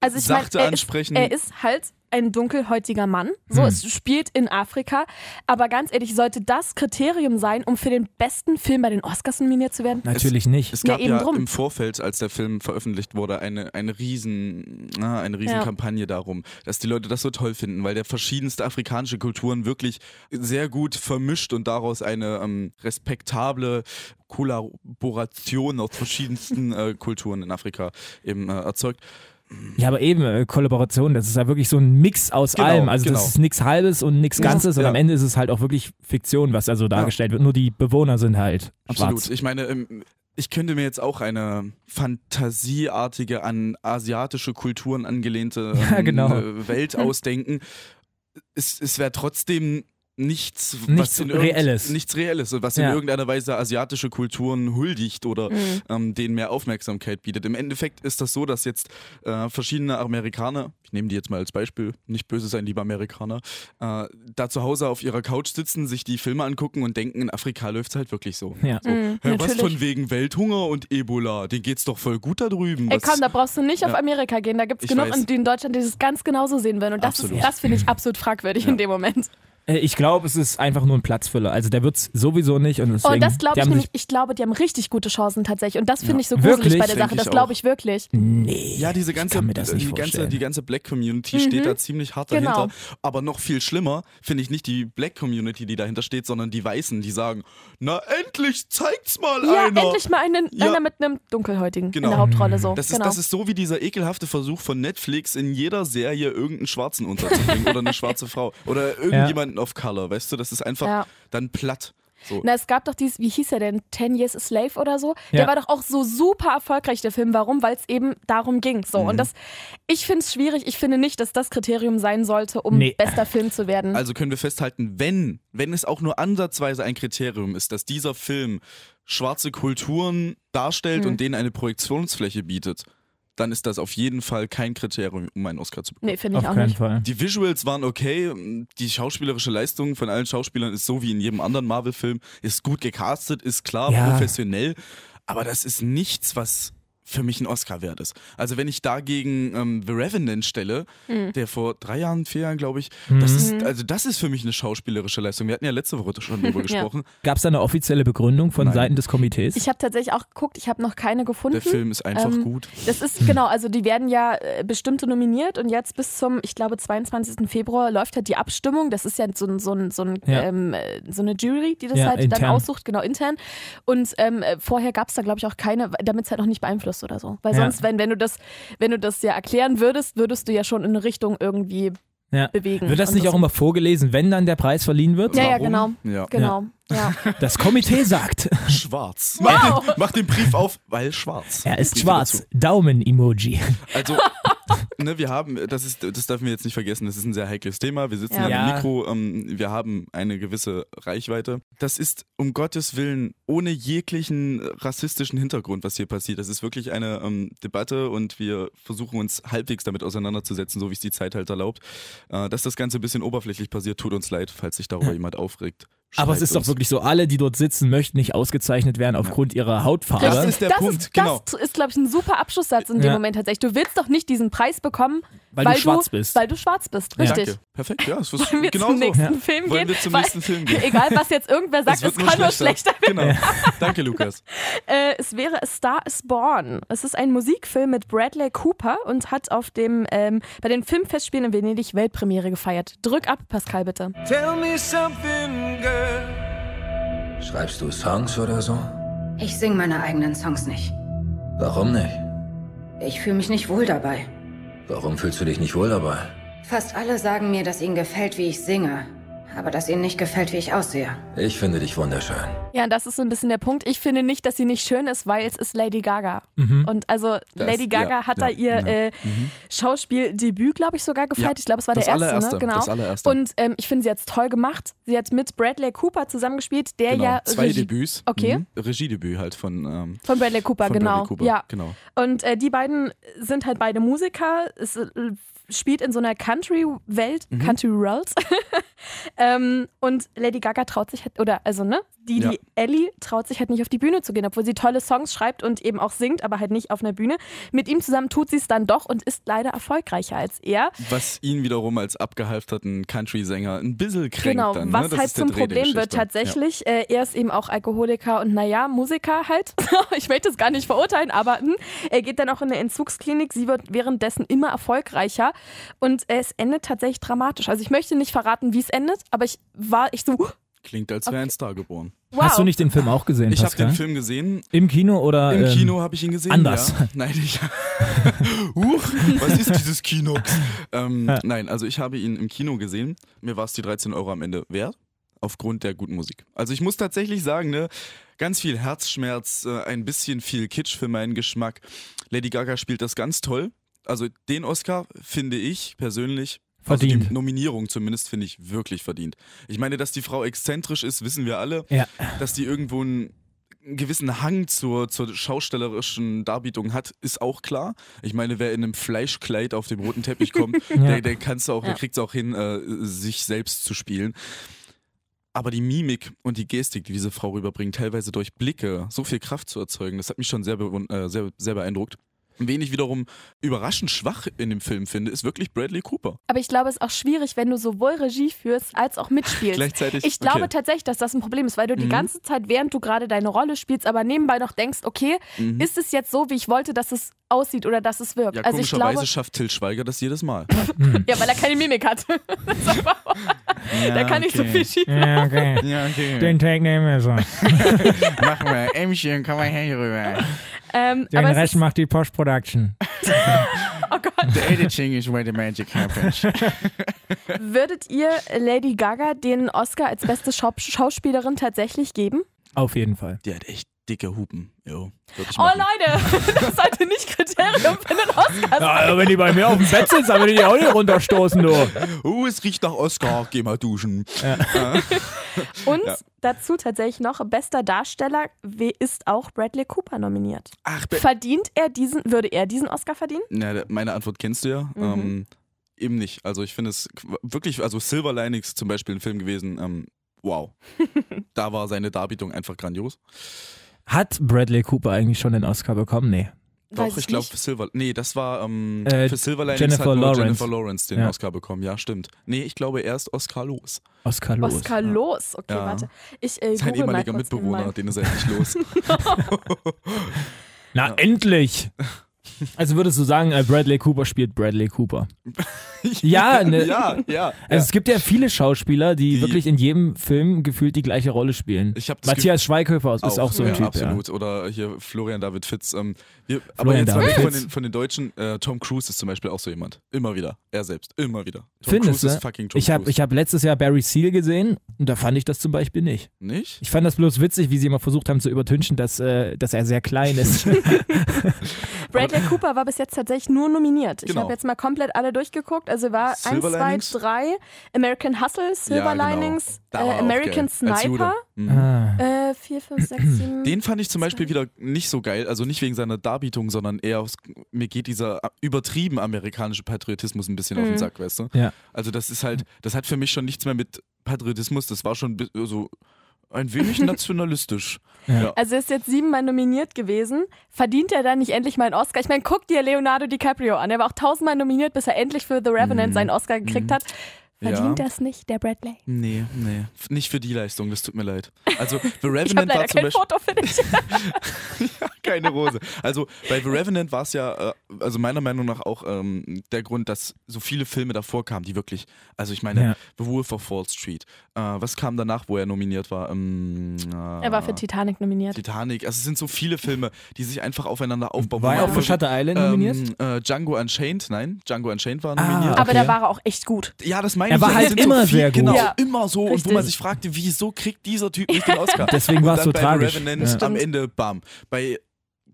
[SPEAKER 3] also ich
[SPEAKER 2] sachte
[SPEAKER 3] mein, er
[SPEAKER 2] ansprechen.
[SPEAKER 3] Ist, er ist halt ein dunkelhäutiger Mann. So,
[SPEAKER 4] Hm.
[SPEAKER 3] es spielt in Afrika. Aber ganz ehrlich, sollte das Kriterium sein, um für den besten Film bei den Oscars nominiert zu werden?
[SPEAKER 4] natürlich nicht.
[SPEAKER 2] Es
[SPEAKER 3] Ja,
[SPEAKER 2] gab ja,
[SPEAKER 3] eben drum.
[SPEAKER 2] im Vorfeld, als der Film veröffentlicht wurde, eine, eine riesen, na, eine riesen
[SPEAKER 3] Ja.
[SPEAKER 2] Kampagne darum, dass die Leute das so toll finden, weil der verschiedenste afrikanische Kulturen wirklich sehr gut vermischt und daraus eine ähm, respektable Kollaboration aus verschiedensten äh, Kulturen in Afrika eben äh, erzeugt.
[SPEAKER 4] Ja, aber eben, äh, Kollaboration, das ist ja wirklich so ein Mix aus
[SPEAKER 2] Genau,
[SPEAKER 4] allem. Also
[SPEAKER 2] genau.
[SPEAKER 4] das ist nichts Halbes und nichts Ganzes und
[SPEAKER 2] ja.
[SPEAKER 4] am Ende ist es halt auch wirklich Fiktion, was also dargestellt wird. Nur die Bewohner sind halt
[SPEAKER 2] Absolut.
[SPEAKER 4] schwarz.
[SPEAKER 2] Ich meine, ähm, ich könnte mir jetzt auch eine fantasieartige, an asiatische Kulturen
[SPEAKER 4] (laughs)
[SPEAKER 2] angelehnte ähm,
[SPEAKER 4] Ja, genau.
[SPEAKER 2] äh,
[SPEAKER 4] (laughs)
[SPEAKER 2] Welt ausdenken. Es, es wäre trotzdem nichts,
[SPEAKER 4] Nichts
[SPEAKER 2] was in irgend-
[SPEAKER 4] Reelles.
[SPEAKER 2] Nichts Reelles, was
[SPEAKER 4] Ja.
[SPEAKER 2] in irgendeiner Weise asiatische Kulturen huldigt oder ähm, denen mehr Aufmerksamkeit bietet. Im Endeffekt ist das so, dass jetzt äh, verschiedene Amerikaner, ich nehme die jetzt mal als Beispiel, nicht böse sein, lieber Amerikaner, äh, da zu Hause auf ihrer Couch sitzen, sich die Filme angucken und denken, in Afrika läuft es halt wirklich so.
[SPEAKER 4] Ja.
[SPEAKER 2] So,
[SPEAKER 3] Mhm.
[SPEAKER 2] hä, was
[SPEAKER 3] natürlich.
[SPEAKER 2] von wegen Welthunger und Ebola? Den geht's doch voll gut da drüben.
[SPEAKER 3] Ey,
[SPEAKER 2] Was-
[SPEAKER 3] komm, da brauchst du nicht auf
[SPEAKER 2] Ja.
[SPEAKER 3] Amerika gehen. Da gibt es
[SPEAKER 2] Ich
[SPEAKER 3] genug,
[SPEAKER 2] weiß.
[SPEAKER 3] in- die in Deutschland die das ganz genauso sehen würden. Und das, ist-
[SPEAKER 2] Absolut. Mhm.
[SPEAKER 3] das finde ich absolut fragwürdig in dem Moment.
[SPEAKER 4] Äh, Ich glaube, es ist einfach nur ein Platzfüller. Also der wird's sowieso nicht und deswegen.
[SPEAKER 3] Und Oh, das glaube
[SPEAKER 4] die
[SPEAKER 3] ich
[SPEAKER 4] haben
[SPEAKER 3] nämlich,
[SPEAKER 4] sich-
[SPEAKER 3] ich glaube, die haben richtig gute Chancen tatsächlich. Und das finde ich so
[SPEAKER 4] Wirklich?
[SPEAKER 3] gruselig bei der
[SPEAKER 2] Denk
[SPEAKER 3] Sache.
[SPEAKER 2] ich
[SPEAKER 3] Das
[SPEAKER 2] auch.
[SPEAKER 3] glaube ich wirklich.
[SPEAKER 4] Nee.
[SPEAKER 2] Ja, diese ganze,
[SPEAKER 4] kann mir das nicht
[SPEAKER 2] die, ganze,
[SPEAKER 4] vorstellen.
[SPEAKER 2] die ganze Black Community steht da ziemlich hart
[SPEAKER 3] Genau.
[SPEAKER 2] dahinter. Aber noch viel schlimmer finde ich nicht die Black Community, die dahinter steht, sondern die Weißen, die sagen: Na, endlich zeigt's mal
[SPEAKER 3] Ja,
[SPEAKER 2] einer!
[SPEAKER 3] endlich mal einen,
[SPEAKER 2] Ja.
[SPEAKER 3] einer mit einem Dunkelhäutigen
[SPEAKER 2] Genau.
[SPEAKER 3] in der Hauptrolle. So.
[SPEAKER 2] Das,
[SPEAKER 3] genau.
[SPEAKER 2] ist, das ist so wie dieser ekelhafte Versuch von Netflix, in jeder Serie irgendeinen Schwarzen unterzubringen oder
[SPEAKER 3] (laughs)
[SPEAKER 2] eine schwarze Frau oder irgendjemanden of Color, weißt du? Das ist einfach
[SPEAKER 3] Ja.
[SPEAKER 2] dann platt. So.
[SPEAKER 3] Na, es gab doch dieses, wie hieß er denn, Ten Years a Slave oder so.
[SPEAKER 4] Ja.
[SPEAKER 3] Der war doch auch so super erfolgreich, der Film. Warum? Weil es eben darum ging. So.
[SPEAKER 2] Mhm.
[SPEAKER 3] Und das, ich finde es schwierig. Ich finde nicht, dass das Kriterium sein sollte, um
[SPEAKER 4] Nee.
[SPEAKER 3] bester Film zu werden.
[SPEAKER 2] Also können wir festhalten, wenn, wenn es auch nur ansatzweise ein Kriterium ist, dass dieser Film schwarze Kulturen darstellt und denen eine Projektionsfläche bietet, dann ist das auf jeden Fall kein Kriterium, um einen Oscar zu bekommen.
[SPEAKER 3] nee, finde
[SPEAKER 4] Auf
[SPEAKER 3] ich auch
[SPEAKER 4] keinen
[SPEAKER 3] nicht.
[SPEAKER 4] Fall.
[SPEAKER 2] Die Visuals waren okay, die schauspielerische Leistung von allen Schauspielern ist so wie in jedem anderen Marvel-Film, ist gut gecastet, ist klar,
[SPEAKER 4] Ja.
[SPEAKER 2] professionell, aber das ist nichts, was für mich ein Oscar wert ist. Also wenn ich dagegen ähm, The Revenant stelle,
[SPEAKER 3] Mhm.
[SPEAKER 2] der vor drei Jahren, vier Jahren, glaube ich,
[SPEAKER 4] Mhm.
[SPEAKER 2] das ist, also das ist für mich eine schauspielerische Leistung. Wir hatten ja letzte Woche schon
[SPEAKER 3] (laughs)
[SPEAKER 2] darüber gesprochen.
[SPEAKER 4] Gab's da eine offizielle Begründung von
[SPEAKER 2] Nein.
[SPEAKER 4] Seiten des Komitees?
[SPEAKER 3] Ich habe tatsächlich auch geguckt, ich habe noch keine gefunden.
[SPEAKER 2] Der Film ist einfach
[SPEAKER 3] Ähm,
[SPEAKER 2] gut.
[SPEAKER 3] Das ist, genau, also die werden ja äh, bestimmte nominiert und jetzt bis zum, ich glaube, 22. Februar läuft halt die Abstimmung. Das ist ja so, ein- so, ein- so, ein,
[SPEAKER 4] Ja.
[SPEAKER 3] ähm, äh, so eine Jury, die das
[SPEAKER 4] Ja,
[SPEAKER 3] halt dann
[SPEAKER 4] intern.
[SPEAKER 3] aussucht, genau intern. Und ähm, äh, vorher gab es da, glaube ich, auch keine, damit es halt noch nicht beeinflusst oder so. Weil
[SPEAKER 4] Ja.
[SPEAKER 3] sonst, wenn, wenn, du das, wenn du das ja erklären würdest, würdest du ja schon in eine Richtung irgendwie
[SPEAKER 4] ja.
[SPEAKER 3] bewegen.
[SPEAKER 4] Wird das
[SPEAKER 3] Und
[SPEAKER 4] nicht auch immer vorgelesen, wenn dann der Preis verliehen wird?
[SPEAKER 3] Ja, ja,
[SPEAKER 2] Warum?
[SPEAKER 3] genau.
[SPEAKER 2] Ja.
[SPEAKER 3] Genau.
[SPEAKER 4] (laughs)
[SPEAKER 3] Ja.
[SPEAKER 4] Das Komitee sagt,
[SPEAKER 2] (laughs) Schwarz. Mach, den, mach den Brief auf, weil schwarz.
[SPEAKER 4] er ist
[SPEAKER 2] Briefe dazu.
[SPEAKER 4] schwarz. Daumen-Emoji.
[SPEAKER 2] Also, (laughs) ne, wir haben, das ist, das dürfen wir jetzt nicht vergessen, das ist ein sehr heikles Thema. Wir sitzen
[SPEAKER 3] Ja.
[SPEAKER 2] am
[SPEAKER 4] Ja.
[SPEAKER 2] Mikro, ähm, wir haben eine gewisse Reichweite. Das ist um Gottes Willen ohne jeglichen rassistischen Hintergrund, was hier passiert. Das ist wirklich eine ähm, Debatte und wir versuchen uns halbwegs damit auseinanderzusetzen, so wie es die Zeit halt erlaubt. Äh, dass das Ganze ein bisschen oberflächlich passiert, tut uns leid, falls sich darüber jemand aufregt.
[SPEAKER 4] Aber es
[SPEAKER 2] Schreibt
[SPEAKER 4] ist doch
[SPEAKER 2] uns.
[SPEAKER 4] wirklich so, alle, die dort sitzen, möchten nicht ausgezeichnet werden aufgrund ihrer Hautfarbe.
[SPEAKER 2] Das ist der
[SPEAKER 3] das
[SPEAKER 2] Punkt,
[SPEAKER 3] ist,
[SPEAKER 2] genau.
[SPEAKER 3] Das ist, glaube ich, ein super Abschlusssatz in dem
[SPEAKER 4] Ja.
[SPEAKER 3] Moment tatsächlich. Du willst doch nicht diesen Preis bekommen,
[SPEAKER 4] Weil du schwarz bist.
[SPEAKER 3] Weil du schwarz bist, richtig.
[SPEAKER 2] Danke. Perfekt, ja,
[SPEAKER 3] (laughs)
[SPEAKER 2] es
[SPEAKER 3] Wollen wir
[SPEAKER 2] genau
[SPEAKER 3] zum
[SPEAKER 2] so.
[SPEAKER 3] nächsten Film gehen?
[SPEAKER 2] Wollen wir zum
[SPEAKER 3] Weil-
[SPEAKER 2] nächsten Film gehen?
[SPEAKER 3] (laughs) Egal, was jetzt irgendwer sagt, es
[SPEAKER 2] wird
[SPEAKER 3] kann nur schlechter (laughs) werden.
[SPEAKER 2] Genau. Danke, Lukas.
[SPEAKER 3] Äh, es wäre A Star is Born. Es ist ein Musikfilm mit Bradley Cooper und hat auf dem, ähm, bei den Filmfestspielen in Venedig Weltpremiere gefeiert. Drück ab, Pascal, bitte.
[SPEAKER 5] Tell me something, girl.
[SPEAKER 6] Schreibst du Songs oder so?
[SPEAKER 7] Ich singe meine eigenen Songs nicht.
[SPEAKER 6] Warum nicht?
[SPEAKER 7] Ich fühle mich nicht wohl dabei.
[SPEAKER 6] Warum fühlst du dich nicht wohl dabei?
[SPEAKER 7] Fast alle sagen mir, dass ihnen gefällt, wie ich singe, aber dass ihnen nicht gefällt, wie ich aussehe.
[SPEAKER 6] Ich finde dich wunderschön.
[SPEAKER 3] Ja, und das ist so ein bisschen der Punkt. Ich finde nicht, dass sie nicht schön ist, weil es ist Lady Gaga. Und also Lady Gaga
[SPEAKER 2] ja,
[SPEAKER 3] hat
[SPEAKER 2] ja,
[SPEAKER 3] da ihr
[SPEAKER 2] ja.
[SPEAKER 3] äh, Schauspieldebüt, glaube ich, sogar
[SPEAKER 2] Ja,
[SPEAKER 3] gefeiert. ich glaube, es war
[SPEAKER 2] das
[SPEAKER 3] der erste,
[SPEAKER 2] allererste,
[SPEAKER 3] ne? Genau.
[SPEAKER 2] das allererste.
[SPEAKER 3] Und ähm, ich finde, sie hat es toll gemacht. Sie hat mit Bradley Cooper zusammengespielt, der
[SPEAKER 2] Genau.
[SPEAKER 3] Äh, ja
[SPEAKER 2] Zwei
[SPEAKER 3] Regie-
[SPEAKER 2] Debüts.
[SPEAKER 3] Okay.
[SPEAKER 2] Mhm. Regiedebüt halt von, ähm,
[SPEAKER 3] Von Bradley Cooper,
[SPEAKER 2] von
[SPEAKER 3] genau.
[SPEAKER 2] Bradley Cooper.
[SPEAKER 3] Ja.
[SPEAKER 2] genau.
[SPEAKER 3] Und äh, die beiden sind halt beide Musiker. Es äh, spielt in so einer Country-Welt, Country World. (laughs) ähm, und Lady Gaga traut sich halt, oder also, ne? Die,
[SPEAKER 2] Ja.
[SPEAKER 3] die Ellie traut sich halt nicht auf die Bühne zu gehen, obwohl sie tolle Songs schreibt und eben auch singt, aber halt nicht auf einer Bühne. Mit ihm zusammen tut sie es dann doch und ist leider erfolgreicher als er.
[SPEAKER 2] Was ihn wiederum als abgehalfterten Country-Sänger ein bisschen kränkt
[SPEAKER 3] genau,
[SPEAKER 2] dann. ne?
[SPEAKER 3] was
[SPEAKER 2] Das
[SPEAKER 3] halt
[SPEAKER 2] ist der
[SPEAKER 3] zum
[SPEAKER 2] Dreh der
[SPEAKER 3] Problem wird
[SPEAKER 2] Geschichte.
[SPEAKER 3] tatsächlich. Äh, er ist eben auch Alkoholiker und naja, Musiker halt. (laughs) ich möchte es gar nicht verurteilen, aber hm, er geht dann auch in eine Entzugsklinik. Sie wird währenddessen immer erfolgreicher und es endet tatsächlich dramatisch. Also ich möchte nicht verraten, wie es endet, aber ich war, ich so, wow.
[SPEAKER 2] Ja. Klingt, als wäre ein Star geboren.
[SPEAKER 4] Hast du nicht den Film auch gesehen,
[SPEAKER 2] Ich habe
[SPEAKER 4] Pascal?
[SPEAKER 2] den Film gesehen.
[SPEAKER 4] Im Kino oder?
[SPEAKER 2] Im
[SPEAKER 4] ähm,
[SPEAKER 2] Kino also habe ich ihn gesehen.
[SPEAKER 4] anders.
[SPEAKER 2] Ja. (laughs) Nein, ich. Huch, was ist dieses Kino? ähm, Nein, also ich habe ihn im Kino gesehen. Mir war es die 13 Euro am Ende wert. Aufgrund der guten Musik. Also ich muss tatsächlich sagen, ne, ganz viel Herzschmerz, äh, ein bisschen viel Kitsch für meinen Geschmack. Lady Gaga spielt das ganz toll. Also den Oscar finde ich persönlich Also
[SPEAKER 4] Verdient.
[SPEAKER 2] die Nominierung zumindest finde ich wirklich verdient. Ich meine, dass die Frau exzentrisch ist, wissen wir alle
[SPEAKER 4] Ja.
[SPEAKER 2] dass die irgendwo einen einen gewissen Hang zur, zur schaustellerischen Darbietung hat, ist auch klar. Ich meine, wer in einem Fleischkleid auf dem roten Teppich
[SPEAKER 4] (laughs)
[SPEAKER 2] kommt, der, der kannst du auch, der
[SPEAKER 3] Ja.
[SPEAKER 2] kriegt's auch hin, äh, sich selbst zu spielen. Aber die Mimik und die Gestik, die diese Frau rüberbringt, teilweise durch Blicke so viel Kraft zu erzeugen, das hat mich schon sehr, bewund- äh, sehr, sehr beeindruckt. Wen ich wiederum überraschend schwach in dem Film finde, ist wirklich Bradley Cooper.
[SPEAKER 3] Aber ich glaube, es ist auch schwierig, wenn du sowohl Regie führst als auch mitspielst.
[SPEAKER 2] Gleichzeitig-
[SPEAKER 3] Ich glaube
[SPEAKER 2] okay. Mhm.
[SPEAKER 3] tatsächlich, dass das ein Problem ist, weil du die ganze Zeit, während du gerade deine Rolle spielst, aber nebenbei noch denkst, okay, ist es jetzt so, wie ich wollte, dass es aussieht oder dass es wirkt?
[SPEAKER 2] Mhm. Ja,
[SPEAKER 3] also ich
[SPEAKER 2] komischerweise
[SPEAKER 3] glaube,
[SPEAKER 2] schafft Till Schweiger das jedes Mal. (laughs)
[SPEAKER 3] ja, weil er keine Mimik hat. (laughs) da kann ich so viel schieben.
[SPEAKER 4] Ja, okay.
[SPEAKER 2] (laughs) Ja, okay.
[SPEAKER 4] Den Take nehmen wir (laughs) so.
[SPEAKER 2] Machen wir. Ämchen, komm mal her hier rüber.
[SPEAKER 3] Ähm,
[SPEAKER 4] Den
[SPEAKER 2] genau,
[SPEAKER 3] aber es
[SPEAKER 4] Rest
[SPEAKER 3] ist,
[SPEAKER 4] macht die Post-Production.
[SPEAKER 2] The editing is where the magic happens.
[SPEAKER 3] würdet ihr Lady Gaga den Oscar als beste Schau Schauspielerin tatsächlich geben?
[SPEAKER 4] Auf jeden Fall.
[SPEAKER 2] Die hat echt dicke Hupen. Jo, würd ich
[SPEAKER 3] Oh
[SPEAKER 2] machen.
[SPEAKER 3] Leute, (laughs) das sollte nicht Kriterium für den Oscar sein.
[SPEAKER 4] also wenn die bei mir auf dem Bett sitzt, dann würde ich die auch nicht runterstoßen, du.
[SPEAKER 2] (laughs) Oh, es riecht nach Oscar. Geh mal duschen.
[SPEAKER 3] Und dazu tatsächlich noch, bester Darsteller we- ist auch Bradley Cooper nominiert.
[SPEAKER 2] Ach, Be
[SPEAKER 3] Verdient er diesen, würde er diesen Oscar verdienen?
[SPEAKER 2] Na, da- meine Antwort kennst du ja.
[SPEAKER 3] Mhm.
[SPEAKER 2] Ähm, eben nicht. Also ich finde es qu- wirklich, also Silver Linings zum Beispiel ein Film gewesen. Ähm,
[SPEAKER 3] (laughs)
[SPEAKER 2] wow. da war seine Darbietung einfach grandios.
[SPEAKER 4] Hat Bradley Cooper eigentlich schon den Oscar bekommen? Nee.
[SPEAKER 3] Weiß
[SPEAKER 2] Doch, ich glaube
[SPEAKER 3] nicht.
[SPEAKER 2] für Silver. Nee, das war ähm,
[SPEAKER 4] Äh,
[SPEAKER 2] für Silver Linings
[SPEAKER 4] Jennifer
[SPEAKER 2] hat nur
[SPEAKER 4] Lawrence.
[SPEAKER 2] Jennifer Lawrence den
[SPEAKER 4] Ja.
[SPEAKER 2] Oscar bekommen. Ja, stimmt. Nee, ich glaube erst Oscar Los.
[SPEAKER 4] Oscar los.
[SPEAKER 3] Oscar los. Okay,
[SPEAKER 2] Ja.
[SPEAKER 3] warte. Ich äh,
[SPEAKER 2] Sein
[SPEAKER 3] google mal
[SPEAKER 2] ehemaliger
[SPEAKER 3] kurz den
[SPEAKER 2] Mitbewohner,
[SPEAKER 3] Namen.
[SPEAKER 2] den ist er nicht los.
[SPEAKER 4] Na,
[SPEAKER 2] (laughs)
[SPEAKER 4] endlich! Also würdest du sagen, äh, Bradley Cooper spielt Bradley Cooper. (laughs) Ja,
[SPEAKER 2] (laughs)
[SPEAKER 4] ne-
[SPEAKER 2] ja, ja.
[SPEAKER 4] Also es gibt ja viele Schauspieler, die,
[SPEAKER 2] Die-
[SPEAKER 4] wirklich in jedem Film gefühlt die gleiche Rolle spielen.
[SPEAKER 2] Ich hab das
[SPEAKER 4] Matthias Schweighöfer ist auch so ein
[SPEAKER 2] ja,
[SPEAKER 4] Typ.
[SPEAKER 2] Absolut. Oder hier Florian David Fitz. Ähm, wir, aber
[SPEAKER 4] Florian
[SPEAKER 2] jetzt mal
[SPEAKER 4] David
[SPEAKER 2] von
[SPEAKER 4] Fitz.
[SPEAKER 2] den, von den Deutschen, äh, Tom Cruise ist zum Beispiel auch so jemand. Immer wieder. Er selbst. Immer wieder. Tom
[SPEAKER 4] Findest
[SPEAKER 2] Cruise
[SPEAKER 4] du?
[SPEAKER 2] ist fucking Tom
[SPEAKER 4] Ich habe
[SPEAKER 2] Cruise.
[SPEAKER 4] ich hab letztes Jahr Barry Seal gesehen und da fand ich das zum Beispiel nicht.
[SPEAKER 2] Nicht?
[SPEAKER 4] Ich fand das bloß witzig, wie sie immer versucht haben zu übertünchen, dass, äh, dass er sehr
[SPEAKER 2] (laughs)
[SPEAKER 4] klein ist.
[SPEAKER 3] Bradley Cooper war bis jetzt tatsächlich nur nominiert. Ich
[SPEAKER 2] Genau.
[SPEAKER 3] habe jetzt mal komplett alle durchgeguckt. Also war eins,
[SPEAKER 2] Silver
[SPEAKER 3] zwei,
[SPEAKER 2] Linings?
[SPEAKER 3] drei. American Hustle, Silver
[SPEAKER 2] genau.
[SPEAKER 3] Linings,
[SPEAKER 2] Da
[SPEAKER 3] äh,
[SPEAKER 2] war er auch
[SPEAKER 3] American
[SPEAKER 2] geil. Als Jude.
[SPEAKER 3] Sniper.
[SPEAKER 2] Mhm.
[SPEAKER 4] Ah.
[SPEAKER 3] Äh, vier,
[SPEAKER 2] (clears throat)
[SPEAKER 3] fünf, sechs, sieben.
[SPEAKER 2] Den fand ich zum Beispiel wieder nicht so geil, also nicht wegen seiner Darbietung, sondern eher aus, mir geht dieser übertrieben
[SPEAKER 3] Mhm.
[SPEAKER 2] amerikanische Patriotismus ein bisschen auf den Sack, weißt du?
[SPEAKER 4] Ja.
[SPEAKER 2] Also das ist halt, das hat für mich schon nichts mehr mit Patriotismus, das war schon bi- so ein wenig
[SPEAKER 3] (laughs)
[SPEAKER 2] nationalistisch. Ja.
[SPEAKER 3] Also er ist jetzt siebenmal nominiert gewesen. Verdient er dann nicht endlich mal einen Oscar? Ich meine, guck dir Leonardo DiCaprio an. Er war auch tausendmal nominiert, bis er endlich für The Revenant seinen Oscar gekriegt hat. Verdient
[SPEAKER 2] Mhm. Ja.
[SPEAKER 3] das nicht, der Bradley?
[SPEAKER 2] Nee, nee. F- Nicht für die Leistung, das tut mir leid.
[SPEAKER 3] (laughs)
[SPEAKER 2] Also The
[SPEAKER 3] Ich habe
[SPEAKER 2] Revenant
[SPEAKER 3] leider
[SPEAKER 2] war zum
[SPEAKER 3] kein
[SPEAKER 2] Beispiel
[SPEAKER 3] Foto für dich.
[SPEAKER 2] (laughs) keine Rose. Also bei The Revenant war es ja, äh, also meiner Meinung nach auch ähm, der Grund, dass so viele Filme davor kamen, die wirklich, also ich meine,
[SPEAKER 4] Ja.
[SPEAKER 2] The Wolf of Wall Street. Äh, was kam danach, wo er nominiert war? Ähm, äh,
[SPEAKER 3] Er war für Titanic nominiert.
[SPEAKER 2] Titanic. Also es sind so viele Filme, die sich einfach aufeinander aufbauen.
[SPEAKER 4] War er auch
[SPEAKER 2] Wo-
[SPEAKER 4] für Shutter Island nominiert? Ah,
[SPEAKER 2] ähm, äh, Django Unchained, nein, Django Unchained war nominiert.
[SPEAKER 3] Aber
[SPEAKER 4] Okay.
[SPEAKER 3] da war er auch echt gut.
[SPEAKER 2] Ja, das meine
[SPEAKER 4] Er
[SPEAKER 2] ich.
[SPEAKER 4] war
[SPEAKER 2] ja,
[SPEAKER 4] halt
[SPEAKER 2] sind
[SPEAKER 4] immer
[SPEAKER 2] so viel,
[SPEAKER 4] sehr gut.
[SPEAKER 2] Genau,
[SPEAKER 3] Ja.
[SPEAKER 2] immer so. Und wo
[SPEAKER 3] Richtig.
[SPEAKER 2] man sich fragte, wieso kriegt dieser Typ nicht den Oscar?
[SPEAKER 4] (laughs) Deswegen
[SPEAKER 2] Und
[SPEAKER 4] war es
[SPEAKER 2] dann
[SPEAKER 4] so
[SPEAKER 2] bei
[SPEAKER 4] tragisch.
[SPEAKER 2] The Revenant
[SPEAKER 4] Ja.
[SPEAKER 2] am Ende, bam. Bei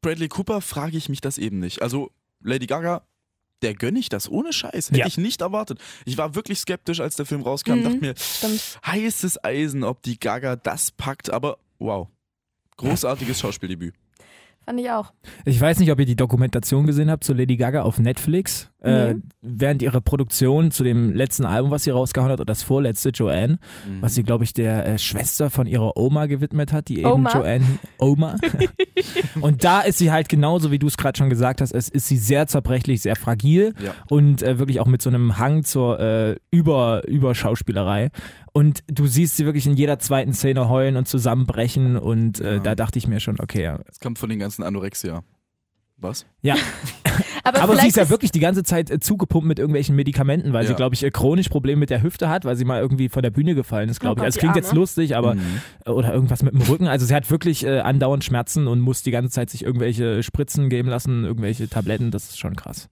[SPEAKER 2] Bradley Cooper frage ich mich das eben nicht. Also, Lady Gaga, der gönne ich das ohne Scheiß. Hätte
[SPEAKER 4] Ja.
[SPEAKER 2] ich nicht erwartet. Ich war wirklich skeptisch, als der Film rauskam.
[SPEAKER 3] Mhm,
[SPEAKER 2] Dachte mir,
[SPEAKER 3] stimmt.
[SPEAKER 2] heißes Eisen, ob die Gaga das packt. Aber wow. Großartiges Schauspieldebüt.
[SPEAKER 3] Fand ich auch.
[SPEAKER 4] Ich weiß nicht, ob ihr die Dokumentation gesehen habt zu Lady Gaga auf Netflix. Äh,
[SPEAKER 3] Nee.
[SPEAKER 4] während ihrer Produktion zu dem letzten Album, was sie rausgehauen hat, und das vorletzte, Joanne, was sie, glaube ich, der äh, Schwester von ihrer Oma gewidmet hat, die eben
[SPEAKER 3] Oma.
[SPEAKER 4] Joanne
[SPEAKER 3] (laughs)
[SPEAKER 4] Oma. und da ist sie halt genauso, wie du es gerade schon gesagt hast, es ist sie sehr zerbrechlich, sehr fragil
[SPEAKER 2] Ja.
[SPEAKER 4] und äh, wirklich auch mit so einem Hang zur äh, Über Überschauspielerei. Und du siehst sie wirklich in jeder zweiten Szene heulen und zusammenbrechen und äh, da dachte ich mir schon, okay, ja,
[SPEAKER 2] Das kommt von den ganzen Anorexia. Was?
[SPEAKER 3] Aber,
[SPEAKER 4] aber sie
[SPEAKER 3] vielleicht
[SPEAKER 4] ist ja wirklich die ganze Zeit äh, zugepumpt mit irgendwelchen Medikamenten, weil sie,
[SPEAKER 2] Ja.
[SPEAKER 4] glaube ich, äh, chronisch Probleme mit der Hüfte hat, weil sie mal irgendwie von der Bühne gefallen
[SPEAKER 3] Oh
[SPEAKER 4] ist, glaube ich.
[SPEAKER 3] Gott,
[SPEAKER 4] Also
[SPEAKER 3] die
[SPEAKER 4] es klingt jetzt
[SPEAKER 3] Arme.
[SPEAKER 4] lustig, aber
[SPEAKER 2] Mhm.
[SPEAKER 4] äh, oder irgendwas mit dem Rücken. Also sie hat wirklich äh, andauernd Schmerzen und muss die ganze Zeit sich irgendwelche Spritzen geben lassen, irgendwelche Tabletten. Das ist schon krass.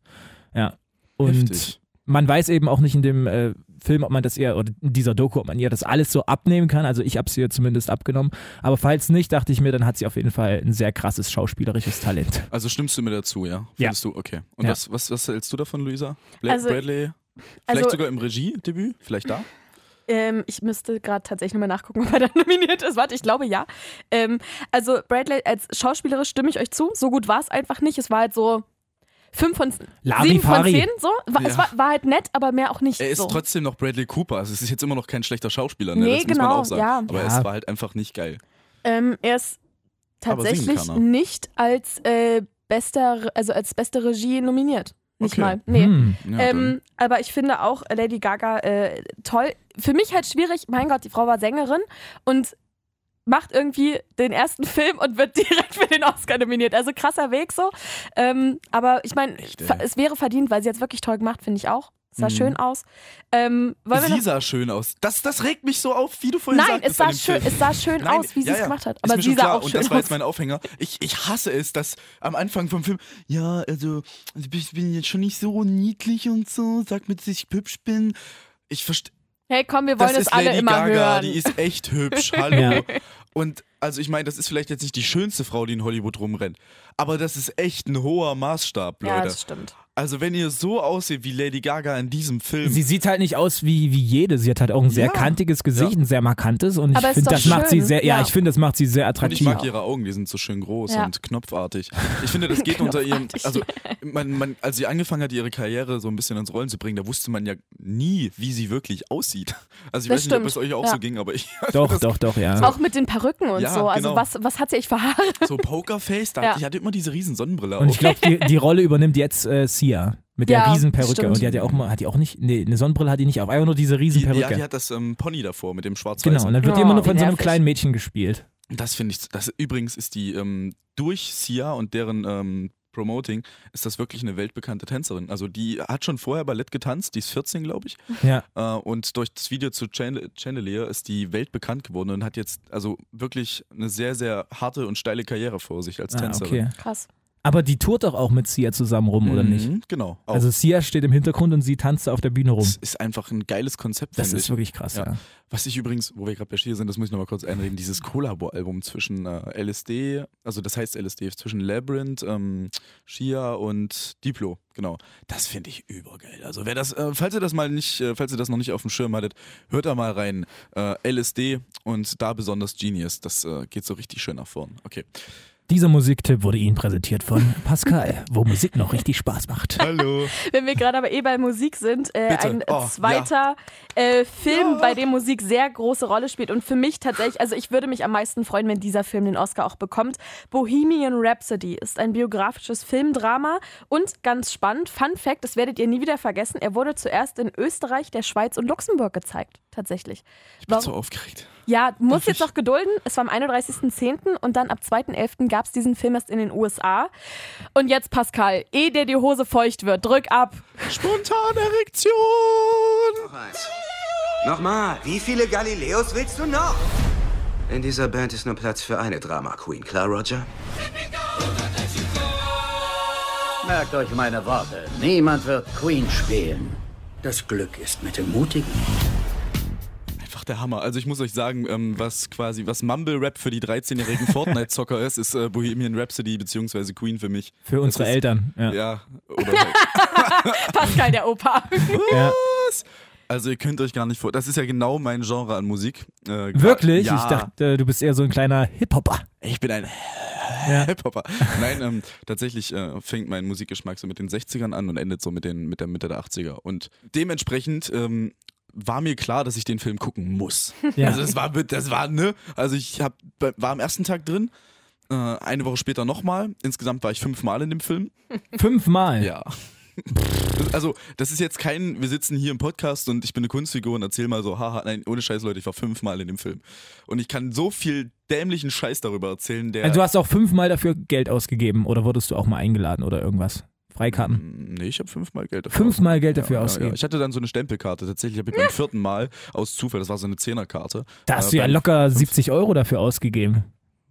[SPEAKER 4] Ja. Und
[SPEAKER 2] Heftig.
[SPEAKER 4] man weiß eben auch nicht in dem äh, Film, ob man das ihr oder in dieser Doku, ob man ihr das alles so abnehmen kann. Also ich habe es ihr zumindest abgenommen. Aber falls nicht, dachte ich mir, dann hat sie auf jeden Fall ein sehr krasses schauspielerisches Talent.
[SPEAKER 2] Also stimmst du mir dazu, ja? Findest du, okay. Und
[SPEAKER 4] Ja.
[SPEAKER 2] was, was, was hältst du davon, Luisa? Bla
[SPEAKER 3] Also-
[SPEAKER 2] Bradley? Vielleicht
[SPEAKER 3] also-
[SPEAKER 2] sogar im Regiedebüt? Vielleicht da?
[SPEAKER 3] Ähm, ich müsste gerade tatsächlich nochmal nachgucken, (laughs) ob er da nominiert ist. Warte, ich glaube ja. Ähm, also Bradley, als Schauspielerin stimme ich euch zu. So gut war es einfach nicht. Es war halt so fünf von sieben von
[SPEAKER 4] Larifari.
[SPEAKER 3] zehn. So. War, Es
[SPEAKER 2] Ja.
[SPEAKER 3] war, war halt nett, aber mehr auch nicht.
[SPEAKER 2] Er ist
[SPEAKER 3] so.
[SPEAKER 2] trotzdem noch Bradley Cooper. Also es ist jetzt immer noch kein schlechter Schauspieler, ne?
[SPEAKER 3] Nee,
[SPEAKER 2] das muss
[SPEAKER 3] genau,
[SPEAKER 2] man auch sagen.
[SPEAKER 3] ja.
[SPEAKER 2] Aber
[SPEAKER 4] Ja.
[SPEAKER 2] es war halt einfach nicht geil.
[SPEAKER 3] Ähm, er ist
[SPEAKER 2] Aber singen
[SPEAKER 3] tatsächlich
[SPEAKER 2] kann er.
[SPEAKER 3] nicht als äh, bester, also als beste Regie nominiert. Nicht
[SPEAKER 2] Okay.
[SPEAKER 3] mal. Nee.
[SPEAKER 4] Hm.
[SPEAKER 2] Ja,
[SPEAKER 3] ähm, aber ich finde auch Lady Gaga äh, toll. Für mich halt schwierig, mein Gott, die Frau war Sängerin und macht irgendwie den ersten (laughs) Film und wird direkt für den Oscar nominiert. Also krasser Weg so. Ähm, aber ich meine,
[SPEAKER 2] Echt, ey.
[SPEAKER 3] ver- es wäre verdient, weil sie jetzt wirklich toll gemacht, finde ich auch. Sah
[SPEAKER 2] Mhm.
[SPEAKER 3] schön aus. Ähm,
[SPEAKER 2] dann.
[SPEAKER 3] wollen wir
[SPEAKER 2] Sie
[SPEAKER 3] noch?
[SPEAKER 2] sah schön aus. Das, das regt mich so auf, wie du vorhin
[SPEAKER 3] Nein, es
[SPEAKER 2] sagtest.
[SPEAKER 3] sah,
[SPEAKER 2] an dem
[SPEAKER 3] schön,
[SPEAKER 2] Film.
[SPEAKER 3] es sah schön
[SPEAKER 2] Nein,
[SPEAKER 3] aus, wie sie
[SPEAKER 2] ja,
[SPEAKER 3] es
[SPEAKER 2] ja.
[SPEAKER 3] gemacht hat.
[SPEAKER 2] ist
[SPEAKER 3] Aber
[SPEAKER 2] mir
[SPEAKER 3] sie
[SPEAKER 2] schon
[SPEAKER 3] sah
[SPEAKER 2] klar.
[SPEAKER 3] auch
[SPEAKER 2] Und
[SPEAKER 3] schön
[SPEAKER 2] das war jetzt
[SPEAKER 3] aus.
[SPEAKER 2] mein Aufhänger. Ich, ich hasse es, dass am Anfang vom Film, ja, also ich bin jetzt schon nicht so niedlich und so, sagt mir, dass ich hübsch bin. Ich verstehe.
[SPEAKER 3] Hey, komm, wir wollen es alle immer hören.
[SPEAKER 2] die ist echt hübsch, hallo.
[SPEAKER 4] Ja.
[SPEAKER 2] Und also ich meine, das ist vielleicht jetzt nicht die schönste Frau, die in Hollywood rumrennt, aber das ist echt ein hoher Maßstab,
[SPEAKER 3] ja,
[SPEAKER 2] Leute.
[SPEAKER 3] das stimmt.
[SPEAKER 2] also wenn ihr so aussieht wie Lady Gaga in diesem Film,
[SPEAKER 4] Sie sieht halt nicht aus wie, wie jede. Sie hat halt auch ein sehr
[SPEAKER 2] Ja.
[SPEAKER 4] kantiges Gesicht,
[SPEAKER 2] Ja.
[SPEAKER 4] ein sehr markantes. Und ich
[SPEAKER 3] Aber ist
[SPEAKER 4] finde,
[SPEAKER 3] doch
[SPEAKER 4] das macht sie
[SPEAKER 3] schön.
[SPEAKER 4] sehr, ja,
[SPEAKER 3] Ja.
[SPEAKER 4] ich finde, das macht sie sehr
[SPEAKER 2] und ich
[SPEAKER 4] attraktiv.
[SPEAKER 2] mag ihre Augen, die sind so schön groß
[SPEAKER 3] Ja.
[SPEAKER 2] und knopfartig. Ich finde, das geht unter ihrem,
[SPEAKER 3] (laughs)
[SPEAKER 2] also man, man, als sie angefangen hat, ihre Karriere so ein bisschen ins Rollen zu bringen, da wusste man ja nie, wie sie wirklich aussieht. Also ich weiß
[SPEAKER 3] Das
[SPEAKER 2] nicht, ob
[SPEAKER 3] stimmt.
[SPEAKER 2] es euch auch
[SPEAKER 3] Ja.
[SPEAKER 2] so ging, aber ich
[SPEAKER 4] doch, doch, doch, ja.
[SPEAKER 3] Auch mit den Perücken und
[SPEAKER 2] Ja,
[SPEAKER 3] so. Also
[SPEAKER 2] genau.
[SPEAKER 3] was, was hat sie eigentlich für Haare?
[SPEAKER 2] (laughs) so Pokerface, da,
[SPEAKER 3] Ja.
[SPEAKER 2] ich hatte immer diese riesen Sonnenbrille
[SPEAKER 4] Und
[SPEAKER 2] auf.
[SPEAKER 4] ich glaube,
[SPEAKER 3] (laughs)
[SPEAKER 4] die, die Rolle übernimmt jetzt äh, Sia mit
[SPEAKER 3] Ja,
[SPEAKER 4] der Riesenperücke.
[SPEAKER 3] stimmt.
[SPEAKER 4] Und die hat ja auch mal, hat die auch nicht, nee, eine Sonnenbrille hat die nicht auf, einfach nur diese
[SPEAKER 2] Die, ja,
[SPEAKER 4] Riesenperücke.
[SPEAKER 2] die hat das ähm, Pony davor mit dem schwarz-weißen.
[SPEAKER 4] genau, und dann wird die
[SPEAKER 3] Oh,
[SPEAKER 4] immer nur von
[SPEAKER 3] wie
[SPEAKER 4] so einem
[SPEAKER 3] nervig.
[SPEAKER 4] kleinen Mädchen gespielt.
[SPEAKER 2] Das finde ich, das übrigens ist die ähm, durch Sia und deren ähm, Promoting ist das wirklich eine weltbekannte Tänzerin. Also die hat schon vorher Ballett getanzt, die ist 14, glaube ich.
[SPEAKER 4] Ja.
[SPEAKER 2] (laughs) Äh, und durch das Video zu Chan- Chandelier ist die weltbekannt geworden und hat jetzt also wirklich eine sehr, sehr harte und steile Karriere vor sich als
[SPEAKER 4] Ah,
[SPEAKER 2] Tänzerin.
[SPEAKER 4] okay.
[SPEAKER 3] Krass.
[SPEAKER 4] Aber die tourt doch auch mit Sia zusammen rum, oder
[SPEAKER 2] Mhm,
[SPEAKER 4] nicht?
[SPEAKER 2] Genau. Auch.
[SPEAKER 4] Also Sia steht im Hintergrund und sie tanzt da auf der Bühne rum.
[SPEAKER 2] das ist einfach ein geiles Konzept,
[SPEAKER 4] Das
[SPEAKER 2] finde
[SPEAKER 4] ist
[SPEAKER 2] ich.
[SPEAKER 4] wirklich krass, ja.
[SPEAKER 2] Ja. Was ich übrigens, wo wir gerade bei Stier sind, das muss ich nochmal kurz einreden, dieses Kollabo-Album zwischen äh, LSD, also das heißt LSD, zwischen Labyrinth, ähm, Shia und Diplo, genau. Das finde ich übergeil. Also wer das, äh, falls ihr das mal nicht, äh, falls ihr das noch nicht auf dem Schirm hattet, hört da mal rein. Äh, LSD und da besonders Genius. Das äh, geht so richtig schön nach vorn. Okay.
[SPEAKER 4] Dieser Musiktipp wurde Ihnen präsentiert von Pascal, wo Musik noch richtig Spaß macht.
[SPEAKER 2] Hallo.
[SPEAKER 3] Wenn wir gerade aber eh bei Musik sind, äh,
[SPEAKER 2] Bitte.
[SPEAKER 3] ein
[SPEAKER 2] Oh, ja.
[SPEAKER 3] zweiter äh, Film, bei dem Musik sehr große Rolle spielt und für mich tatsächlich, also ich würde mich am meisten freuen, wenn dieser Film den Oscar auch bekommt. Bohemian Rhapsody ist ein biografisches Filmdrama und ganz spannend, Fun Fact, das werdet ihr nie wieder vergessen, er wurde zuerst in Österreich, der Schweiz und Luxemburg gezeigt, tatsächlich.
[SPEAKER 2] Ich bin so aufgeregt.
[SPEAKER 3] Ja, muss
[SPEAKER 2] Darf
[SPEAKER 3] jetzt
[SPEAKER 2] ich-
[SPEAKER 3] noch gedulden. Es war am 31.10. und dann ab 2.11. gab es diesen Film erst in den USA. Und jetzt, Pascal, eh dir die Hose feucht wird, drück ab.
[SPEAKER 2] Spontane Erektion.
[SPEAKER 8] Nochmal, wie viele Galileos willst du noch? In dieser Band ist nur Platz für eine Drama Queen, klar, Roger?
[SPEAKER 9] Merkt euch meine Worte. Niemand wird Queen spielen. Das Glück ist mit dem Mutigen.
[SPEAKER 2] Einfach der Hammer. Also ich muss euch sagen, ähm, was quasi, was Mumble Rap für die 13-jährigen Fortnite-Zocker ist, ist äh, Bohemian Rhapsody bzw. Queen für mich.
[SPEAKER 4] Für
[SPEAKER 2] Das
[SPEAKER 4] unsere
[SPEAKER 2] ist-
[SPEAKER 4] Eltern. Ja.
[SPEAKER 2] Ja, oder halt.
[SPEAKER 3] Pascal, der Opa.
[SPEAKER 2] (laughs)
[SPEAKER 4] Ja.
[SPEAKER 2] Was? Also ihr könnt euch gar nicht vor. Das ist ja genau mein Genre an Musik. Äh, gra-
[SPEAKER 4] Wirklich?
[SPEAKER 2] Ja.
[SPEAKER 4] Ich dachte, du bist eher so ein kleiner Hip-Hopper.
[SPEAKER 2] Ich bin ein
[SPEAKER 4] Ja.
[SPEAKER 2] Hip-Hopper. Nein, ähm, tatsächlich äh, fängt mein Musikgeschmack so mit den 60ern an und endet so mit, den, mit der Mitte der 80er. Und dementsprechend ähm, war mir klar, dass ich den Film gucken muss.
[SPEAKER 4] Ja.
[SPEAKER 2] Also das war, mit- das war, ne? Also ich hab, war am ersten Tag drin. äh, Eine Woche später nochmal. Insgesamt war ich fünfmal in dem Film.
[SPEAKER 4] Fünfmal.
[SPEAKER 2] Ja. (laughs) Also, das ist jetzt kein, wir sitzen hier im Podcast und ich bin eine Kunstfigur und erzähl mal so, haha, nein, ohne Scheiß, Leute, ich war fünfmal in dem Film. Und ich kann so viel dämlichen Scheiß darüber erzählen, der.
[SPEAKER 4] Also du hast auch fünfmal dafür Geld ausgegeben oder wurdest du auch mal eingeladen oder irgendwas? Freikarten.
[SPEAKER 2] Nee, ich habe fünfmal Geld dafür.
[SPEAKER 4] Fünfmal Geld
[SPEAKER 2] Ja,
[SPEAKER 4] dafür
[SPEAKER 2] ja,
[SPEAKER 4] ausgegeben.
[SPEAKER 2] Ja. Ich hatte dann so eine Stempelkarte. Tatsächlich habe ich beim vierten Mal aus Zufall, das war so eine Zehnerkarte.
[SPEAKER 4] Da
[SPEAKER 2] äh,
[SPEAKER 4] hast du ja
[SPEAKER 2] beim-
[SPEAKER 4] locker 70 Euro dafür ausgegeben.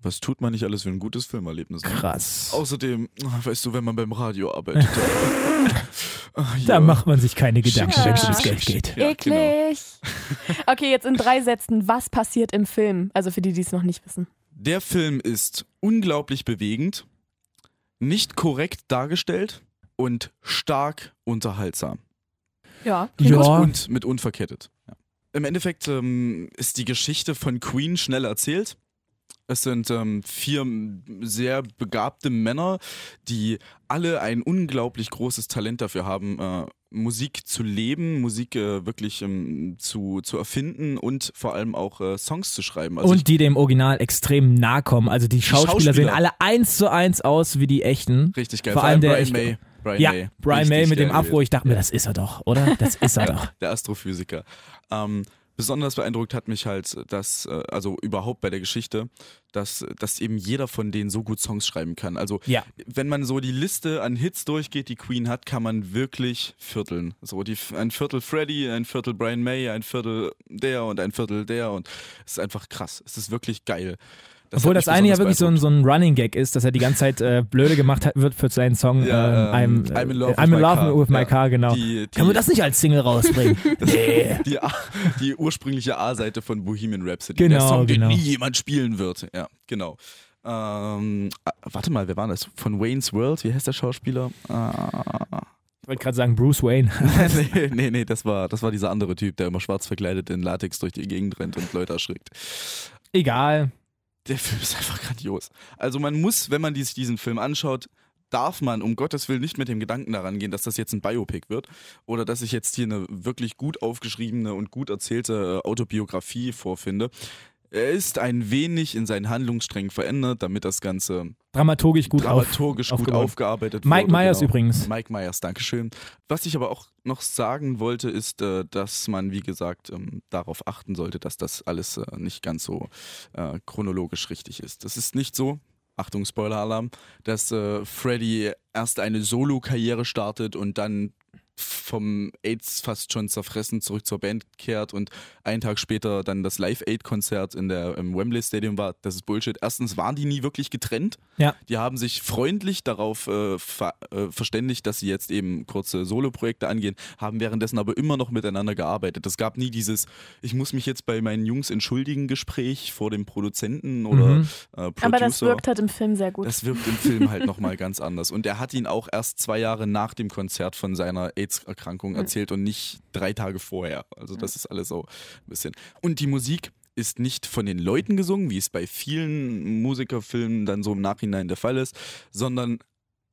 [SPEAKER 2] Was tut man nicht alles für ein gutes Filmerlebnis? ne?
[SPEAKER 4] Krass.
[SPEAKER 2] Außerdem, ach, weißt du, wenn man beim Radio
[SPEAKER 4] (laughs)
[SPEAKER 2] arbeitet. ach,
[SPEAKER 4] Da
[SPEAKER 2] ja.
[SPEAKER 4] macht man sich keine Gedanken,
[SPEAKER 3] schick,
[SPEAKER 4] wenn es
[SPEAKER 3] schick,
[SPEAKER 4] ums Geld
[SPEAKER 2] schick,
[SPEAKER 4] geht.
[SPEAKER 2] Ja, genau.
[SPEAKER 3] Eklig. Okay, jetzt in drei Sätzen. Was passiert im Film? Also für die, die es noch nicht wissen.
[SPEAKER 2] Der Film ist unglaublich bewegend, nicht korrekt dargestellt und stark unterhaltsam.
[SPEAKER 3] Ja.
[SPEAKER 4] Ja,
[SPEAKER 2] Und mit unverkettet. Ja. Im Endeffekt ähm, ist die Geschichte von Queen schnell erzählt. Es sind ähm, vier sehr begabte Männer, die alle ein unglaublich großes Talent dafür haben, äh, Musik zu leben, Musik äh, wirklich ähm, zu, zu erfinden und vor allem auch äh, Songs zu schreiben. Also
[SPEAKER 4] und die dem Original extrem nahe kommen. Also die Schauspieler, sehen
[SPEAKER 2] Schauspieler.
[SPEAKER 4] alle eins zu eins aus wie die echten.
[SPEAKER 2] ich, richtig geil.
[SPEAKER 4] Vor allem der
[SPEAKER 2] Brian
[SPEAKER 4] ich-
[SPEAKER 2] May. Brian
[SPEAKER 4] ja,
[SPEAKER 2] May.
[SPEAKER 4] Brian May
[SPEAKER 2] Richtig
[SPEAKER 4] mit dem
[SPEAKER 2] geil
[SPEAKER 4] Afro. Ich dachte mir, das ist er doch, oder? Das ist er
[SPEAKER 2] (laughs)
[SPEAKER 4] doch.
[SPEAKER 2] der Astrophysiker. Ähm, besonders beeindruckt hat mich halt, dass, äh, also überhaupt bei der Geschichte, dass, dass eben jeder von denen so gut Songs schreiben kann. Also
[SPEAKER 4] Ja.
[SPEAKER 2] wenn man so die Liste an Hits durchgeht, die Queen hat, kann man wirklich vierteln. So die, ein Viertel Freddy, ein Viertel Brian May, ein Viertel der und ein Viertel der und es ist einfach krass. Es ist wirklich geil.
[SPEAKER 4] Obwohl
[SPEAKER 2] hat mich
[SPEAKER 4] das eine ja wirklich
[SPEAKER 2] besonders
[SPEAKER 4] so ein, so ein Running Gag ist, dass er die ganze Zeit äh, blöde gemacht hat, wird für seinen Song
[SPEAKER 2] Ja,
[SPEAKER 4] ähm,
[SPEAKER 2] ähm,
[SPEAKER 4] I'm,
[SPEAKER 2] I'm in love with
[SPEAKER 4] I'm in
[SPEAKER 2] my
[SPEAKER 4] love
[SPEAKER 2] car.
[SPEAKER 4] with my
[SPEAKER 2] Ja.
[SPEAKER 4] car, genau.
[SPEAKER 2] Die- die-
[SPEAKER 4] Können wir das nicht als
[SPEAKER 2] (laughs)
[SPEAKER 4] Single rausbringen? nee.
[SPEAKER 2] die, A- die ursprüngliche A-Seite von Bohemian Rhapsody.
[SPEAKER 4] Genau,
[SPEAKER 2] der Song,
[SPEAKER 4] genau.
[SPEAKER 2] den nie jemand spielen wird. Ja, genau. Ähm, ah, warte mal, wer war das? Von Wayne's World? Wie heißt der Schauspieler? Ah, (laughs)
[SPEAKER 4] Ich wollte gerade sagen, Bruce Wayne. (laughs)
[SPEAKER 2] nee, nee, nee, das war, das war dieser andere Typ, der immer schwarz verkleidet in Latex durch die Gegend rennt und Leute erschrickt.
[SPEAKER 4] Egal.
[SPEAKER 2] Der Film ist einfach grandios. Also man muss, wenn man dies, diesen Film anschaut, darf man um Gottes Willen nicht mit dem Gedanken daran gehen, dass das jetzt ein Biopic wird oder dass ich jetzt hier eine wirklich gut aufgeschriebene und gut erzählte äh, Autobiografie vorfinde. Er ist ein wenig in seinen Handlungssträngen verändert, damit das Ganze
[SPEAKER 4] Dramaturgisch gut
[SPEAKER 2] dramaturgisch genau.
[SPEAKER 4] auf,
[SPEAKER 2] gut
[SPEAKER 4] aufgebaut.
[SPEAKER 2] aufgearbeitet
[SPEAKER 4] Mike
[SPEAKER 2] wurde.
[SPEAKER 4] Myers übrigens.
[SPEAKER 2] Äh, Mike Myers, Dankeschön. Was ich aber auch noch sagen wollte, ist, äh, dass man, wie gesagt, ähm, darauf achten sollte, dass das alles äh, nicht ganz so äh, chronologisch richtig ist. Das ist nicht so. Achtung, Spoiler-Alarm, dass äh, Freddy erst eine Solo-Karriere startet und dann vom AIDS fast schon zerfressen zurück zur Band kehrt und einen Tag später dann das Live-Aid-Konzert in der, im Wembley Stadium war. Das ist Bullshit. Erstens waren die nie wirklich getrennt.
[SPEAKER 4] Ja.
[SPEAKER 2] Die haben sich freundlich darauf äh, ver äh, verständigt, dass sie jetzt eben kurze Solo-Projekte angehen, haben währenddessen aber immer noch miteinander gearbeitet. Es gab nie dieses, ich muss mich jetzt bei meinen Jungs entschuldigen Gespräch vor dem Produzenten oder
[SPEAKER 4] Mhm.
[SPEAKER 2] äh, Producer.
[SPEAKER 3] Aber das wirkt halt im Film sehr gut.
[SPEAKER 2] Das wirkt im Film halt nochmal ganz anders. Und er hat ihn auch erst zwei Jahre nach dem Konzert von seiner AIDS-Erkrankung erzählt und nicht drei Tage vorher. Also das ist alles so ein bisschen. Und die Musik ist nicht von den Leuten gesungen, wie es bei vielen Musikerfilmen dann so im Nachhinein der Fall ist, sondern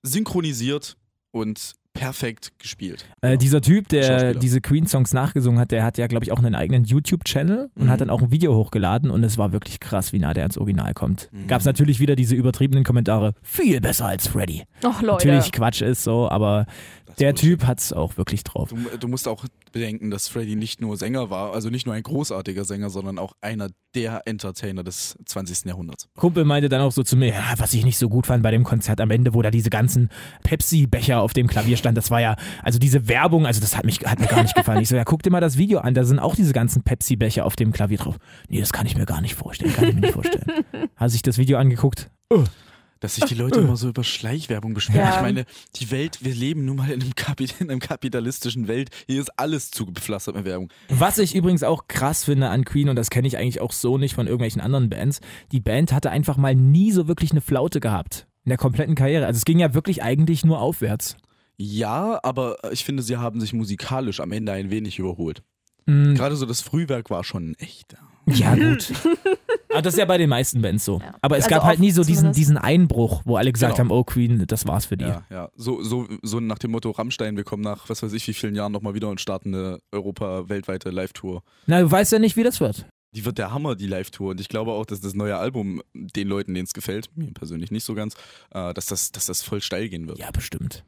[SPEAKER 2] synchronisiert und perfekt gespielt.
[SPEAKER 4] Äh, dieser Typ, der
[SPEAKER 2] genau. Schauspieler.
[SPEAKER 4] diese Queen-Songs nachgesungen hat, der hat ja, glaube ich, auch einen eigenen YouTube-Channel
[SPEAKER 2] Mhm.
[SPEAKER 4] und hat dann auch ein Video hochgeladen und es war wirklich krass, wie nah der ans Original kommt.
[SPEAKER 2] Mhm.
[SPEAKER 4] Gab es natürlich wieder diese übertriebenen Kommentare, viel besser als Freddy.
[SPEAKER 3] Och, Leute.
[SPEAKER 4] Natürlich Quatsch ist so, aber der Typ hat es auch wirklich drauf.
[SPEAKER 2] Du, du musst auch bedenken, dass Freddy nicht nur Sänger war, also nicht nur ein großartiger Sänger, sondern auch einer der Entertainer des 20. Jahrhunderts.
[SPEAKER 4] Kumpel meinte dann auch so zu mir, ja, was ich nicht so gut fand bei dem Konzert am Ende, wo da diese ganzen Pepsi-Becher auf dem Klavier stand, das war ja, also diese Werbung, also das hat, mich, hat mir gar nicht gefallen. Ich so, ja, guck dir mal das Video an, da sind auch diese ganzen Pepsi-Becher auf dem Klavier drauf. Nee, das kann ich mir gar nicht vorstellen, kann ich mir nicht vorstellen. Hat sich das Video angeguckt?
[SPEAKER 2] Dass sich die Leute immer so über Schleichwerbung beschweren.
[SPEAKER 3] Ja.
[SPEAKER 2] Ich meine, die Welt, wir leben nun mal in einem, Kapit in einem kapitalistischen Welt. Hier ist alles zugepflastert mit Werbung.
[SPEAKER 4] Was ich übrigens auch krass finde an Queen, und das kenne ich eigentlich auch so nicht von irgendwelchen anderen Bands, die Band hatte einfach mal nie so wirklich eine Flaute gehabt. In der kompletten Karriere. Also es ging ja wirklich eigentlich nur aufwärts.
[SPEAKER 2] Ja, aber ich finde, sie haben sich musikalisch am Ende ein wenig überholt.
[SPEAKER 4] Mm.
[SPEAKER 2] Gerade so das Frühwerk war schon echt.
[SPEAKER 4] Ja, gut. Aber das ist ja bei den meisten Bands so. Aber es
[SPEAKER 3] Also
[SPEAKER 4] gab halt nie
[SPEAKER 3] oft
[SPEAKER 4] so diesen,
[SPEAKER 3] zumindest.
[SPEAKER 4] diesen Einbruch, wo alle gesagt
[SPEAKER 2] Genau.
[SPEAKER 4] haben, oh Queen, das war's für die.
[SPEAKER 2] Ja, ja. So, so, so nach dem Motto Rammstein, wir kommen nach was weiß ich wie vielen Jahren nochmal wieder und starten eine Europa-weltweite Live-Tour.
[SPEAKER 4] Na, du weißt ja nicht, wie das wird.
[SPEAKER 2] Die wird der Hammer, die Live-Tour. Und ich glaube auch, dass das neue Album den Leuten, denen es gefällt, mir persönlich nicht so ganz, äh, dass, das, dass das voll steil gehen wird.
[SPEAKER 4] Ja, bestimmt.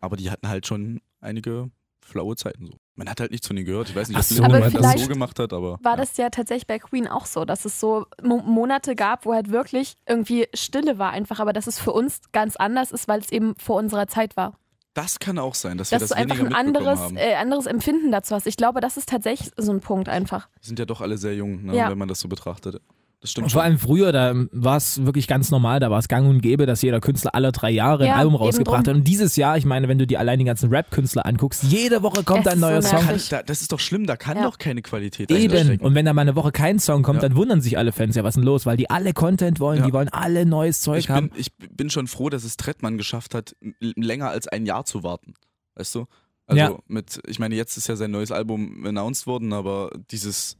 [SPEAKER 2] Aber die hatten halt schon einige flaue Zeiten so. Man hat halt nichts von denen gehört. Ich weiß nicht,
[SPEAKER 4] Ach
[SPEAKER 2] ob
[SPEAKER 4] so,
[SPEAKER 2] so,
[SPEAKER 3] aber
[SPEAKER 2] das so
[SPEAKER 3] vielleicht
[SPEAKER 2] gemacht hat, aber.
[SPEAKER 3] war
[SPEAKER 2] ja.
[SPEAKER 3] das ja tatsächlich bei Queen auch so, dass es so Mo Monate gab, wo halt wirklich irgendwie Stille war einfach, aber dass es für uns ganz anders ist, weil es eben vor unserer Zeit war.
[SPEAKER 2] das kann auch sein, dass wir
[SPEAKER 3] Dass
[SPEAKER 2] das
[SPEAKER 3] du einfach
[SPEAKER 2] weniger
[SPEAKER 3] ein
[SPEAKER 2] mitbekommen
[SPEAKER 3] anderes,
[SPEAKER 2] haben.
[SPEAKER 3] äh, anderes Empfinden dazu hast. Ich glaube, das ist tatsächlich so ein Punkt einfach.
[SPEAKER 2] Die sind ja doch alle sehr jung, ne,
[SPEAKER 3] Ja.
[SPEAKER 2] wenn man das so betrachtet. Das
[SPEAKER 4] Und
[SPEAKER 2] stimmt
[SPEAKER 4] vor
[SPEAKER 2] schon.
[SPEAKER 4] allem früher, da war es wirklich ganz normal, da war es gang und gäbe, dass jeder Künstler alle drei Jahre
[SPEAKER 3] Ja,
[SPEAKER 4] ein Album
[SPEAKER 3] eben
[SPEAKER 4] rausgebracht
[SPEAKER 3] drum.
[SPEAKER 4] hat. Und dieses Jahr, ich meine, wenn du dir allein die ganzen Rap-Künstler anguckst, jede Woche
[SPEAKER 3] Es
[SPEAKER 4] kommt ein
[SPEAKER 3] ist
[SPEAKER 4] neuer
[SPEAKER 3] so
[SPEAKER 4] Song.
[SPEAKER 3] nervig.
[SPEAKER 2] Da, das ist doch schlimm, da kann
[SPEAKER 3] Ja.
[SPEAKER 2] doch keine Qualität dahinter
[SPEAKER 4] Eben.
[SPEAKER 2] stecken.
[SPEAKER 4] Und wenn da mal eine Woche kein Song kommt,
[SPEAKER 2] Ja.
[SPEAKER 4] dann wundern sich alle Fans ja, was ist denn los? Weil die alle Content wollen,
[SPEAKER 2] Ja.
[SPEAKER 4] die wollen alle neues Zeug
[SPEAKER 2] ich,
[SPEAKER 4] haben.
[SPEAKER 2] bin, ich bin schon froh, dass es Trettmann geschafft hat, l- länger als ein Jahr zu warten. Weißt du? Also
[SPEAKER 4] Ja.
[SPEAKER 2] mit, ich meine, jetzt ist ja sein neues Album announced worden, aber dieses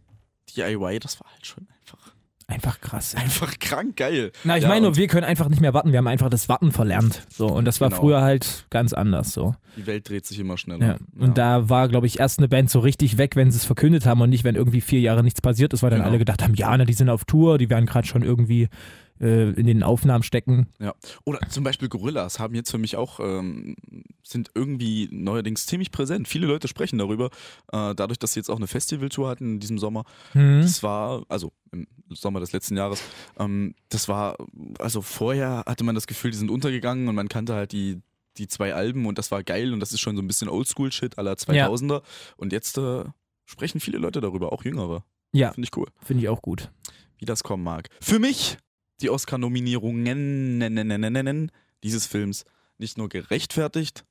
[SPEAKER 2] DIY, das war halt schon einfach, (laughs)
[SPEAKER 4] Einfach krass.
[SPEAKER 2] einfach krank geil.
[SPEAKER 4] Na, ich
[SPEAKER 2] Ja,
[SPEAKER 4] meine nur,
[SPEAKER 2] und
[SPEAKER 4] wir können einfach nicht mehr warten. Wir haben einfach das Warten verlernt. So, und das war
[SPEAKER 2] Genau.
[SPEAKER 4] früher halt ganz anders so.
[SPEAKER 2] die Welt dreht sich immer schneller.
[SPEAKER 4] Ja. Und da war, glaube ich, erst eine Band so richtig weg, wenn sie es verkündet haben und nicht, wenn irgendwie vier Jahre nichts passiert ist, weil dann
[SPEAKER 2] Genau.
[SPEAKER 4] alle gedacht haben, ja, na, die sind auf Tour, die werden gerade schon irgendwie äh, in den Aufnahmen stecken.
[SPEAKER 2] Ja. Oder zum Beispiel Gorillas haben jetzt für mich auch, ähm, sind irgendwie neuerdings ziemlich präsent. Viele Leute sprechen darüber. Äh, dadurch, dass sie jetzt auch eine Festivaltour hatten in diesem Sommer.
[SPEAKER 4] Hm.
[SPEAKER 2] Das war, also im Sommer des letzten Jahres, ähm, das war, also vorher hatte man das Gefühl, die sind untergegangen und man kannte halt die, die zwei Alben und das war geil und das ist schon so ein bisschen Oldschool-Shit aller 2000er. Und jetzt äh, sprechen viele Leute darüber, auch Jüngere.
[SPEAKER 4] Ja,
[SPEAKER 2] Finde ich cool,
[SPEAKER 4] finde ich auch gut.
[SPEAKER 2] wie das kommen mag. Für mich die Oscar-Nominierungen nen- nen- nen- nen- nen, dieses Films nicht nur gerechtfertigt,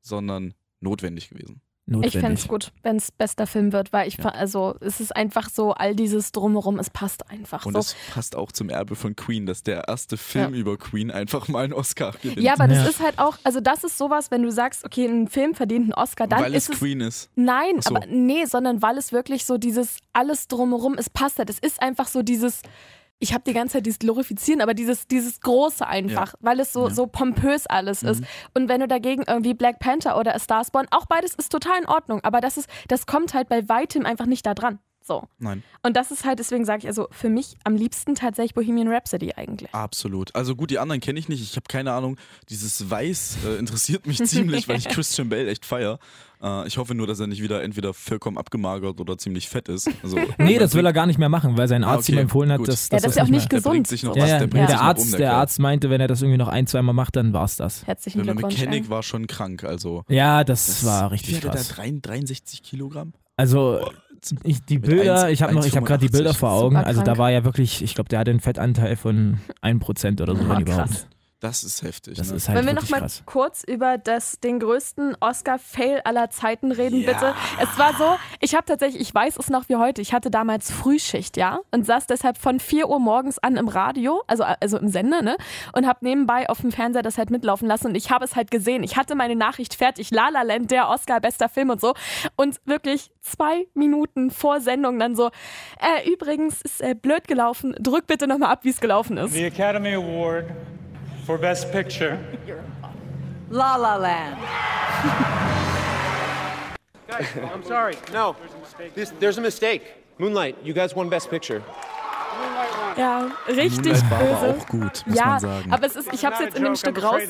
[SPEAKER 2] sondern notwendig gewesen.
[SPEAKER 4] Notwendig.
[SPEAKER 3] Ich fände es gut, wenn es bester Film wird, weil ich, fa- also es ist einfach so, all dieses Drumherum, es passt einfach
[SPEAKER 2] Und
[SPEAKER 3] so.
[SPEAKER 2] es passt auch zum Erbe von Queen, dass der erste Film über Queen einfach mal einen Oscar gewinnt.
[SPEAKER 3] Ja, aber
[SPEAKER 4] Ja.
[SPEAKER 3] das ist halt auch, also das ist sowas, wenn du sagst, okay, ein Film verdient einen Oscar, dann
[SPEAKER 2] weil
[SPEAKER 3] ist
[SPEAKER 2] es
[SPEAKER 3] es
[SPEAKER 2] Queen ist.
[SPEAKER 3] Nein,
[SPEAKER 2] Ach so.
[SPEAKER 3] aber nee, sondern weil es wirklich so dieses alles drumherum, es passt halt. Es ist einfach so dieses, ich habe die ganze Zeit dieses Glorifizieren, aber dieses, dieses Große einfach, weil es so, so pompös alles ist.
[SPEAKER 2] Mhm.
[SPEAKER 3] Und wenn du dagegen irgendwie Black Panther oder A Star Spawn, auch beides ist total in Ordnung, aber das ist, das kommt halt bei weitem einfach nicht da dran. So.
[SPEAKER 2] Nein,
[SPEAKER 3] Und das ist halt, deswegen sage ich, also für mich am liebsten tatsächlich Bohemian Rhapsody eigentlich.
[SPEAKER 2] absolut. Also gut, die anderen kenne ich nicht. Ich habe keine Ahnung. Dieses Weiß äh, interessiert mich ziemlich, weil ich Christian Bell echt feier. Äh, ich hoffe nur, dass er nicht wieder entweder vollkommen abgemagert oder ziemlich fett ist. Also,
[SPEAKER 4] Nee, das will er gar nicht mehr machen, weil sein
[SPEAKER 2] Ah,
[SPEAKER 4] Arzt ihm
[SPEAKER 2] okay,
[SPEAKER 4] empfohlen hat,
[SPEAKER 2] gut.
[SPEAKER 4] dass,
[SPEAKER 3] Ja, das
[SPEAKER 4] dass
[SPEAKER 3] ist
[SPEAKER 4] das
[SPEAKER 3] ja auch nicht
[SPEAKER 2] der
[SPEAKER 3] gesund.
[SPEAKER 2] bringt sich noch
[SPEAKER 3] so.
[SPEAKER 2] was,
[SPEAKER 4] Ja, ja,
[SPEAKER 2] der
[SPEAKER 4] der,
[SPEAKER 2] bringt sich noch
[SPEAKER 4] Arzt,
[SPEAKER 2] um,
[SPEAKER 4] der,
[SPEAKER 2] der Kerl.
[SPEAKER 4] Arzt meinte, wenn er das irgendwie noch ein, zweimal macht, dann war's das.
[SPEAKER 3] Herzlichen
[SPEAKER 2] Wenn man
[SPEAKER 3] Glückwunsch.
[SPEAKER 2] Mechanic
[SPEAKER 3] ey.
[SPEAKER 2] war schon krank. Also
[SPEAKER 4] Ja, das,
[SPEAKER 2] das-
[SPEAKER 4] war
[SPEAKER 2] wie
[SPEAKER 4] richtig
[SPEAKER 2] hat er da
[SPEAKER 4] krass.
[SPEAKER 2] 3 63 Kilogramm.
[SPEAKER 4] Also ich, die
[SPEAKER 2] Mit
[SPEAKER 4] Bilder,
[SPEAKER 2] 1
[SPEAKER 4] ich habe noch, ich habe gerade die Bilder vor Augen.
[SPEAKER 3] Super
[SPEAKER 4] Also da
[SPEAKER 3] krank.
[SPEAKER 4] war ja wirklich, ich glaube, der hatte einen Fettanteil von 1% oder so,
[SPEAKER 3] Ah,
[SPEAKER 4] wenn überhaupt.
[SPEAKER 3] krass.
[SPEAKER 2] Das ist heftig.
[SPEAKER 4] Das
[SPEAKER 2] ne?
[SPEAKER 4] ist halt
[SPEAKER 3] Wollen wir
[SPEAKER 4] wirklich
[SPEAKER 3] noch mal
[SPEAKER 4] krass.
[SPEAKER 3] kurz über das, den größten Oscar-Fail aller Zeiten reden, bitte? Es war so, ich habe tatsächlich, ich weiß es noch wie heute, ich hatte damals Frühschicht, ja, und saß deshalb von 4 Uhr morgens an im Radio, also, also im Sender, ne, und habe nebenbei auf dem Fernseher das halt mitlaufen lassen und ich habe es halt gesehen. Ich hatte meine Nachricht fertig, La La Land, der Oscar, bester Film und so. Und wirklich zwei Minuten vor Sendung dann so, äh, übrigens ist äh, blöd gelaufen, drück bitte nochmal ab, wie es gelaufen ist.
[SPEAKER 10] The Academy Award for Best Picture.
[SPEAKER 11] La La Land.
[SPEAKER 12] Guys, I'm sorry. No. This, there's a mistake. Moonlight, you guys won Best Picture.
[SPEAKER 3] Ja, richtig
[SPEAKER 2] Moonlight war
[SPEAKER 3] böse.
[SPEAKER 2] aber auch gut, muss
[SPEAKER 3] ja,
[SPEAKER 2] man sagen.
[SPEAKER 3] aber es ist, ich habe es jetzt in dem Stück raus.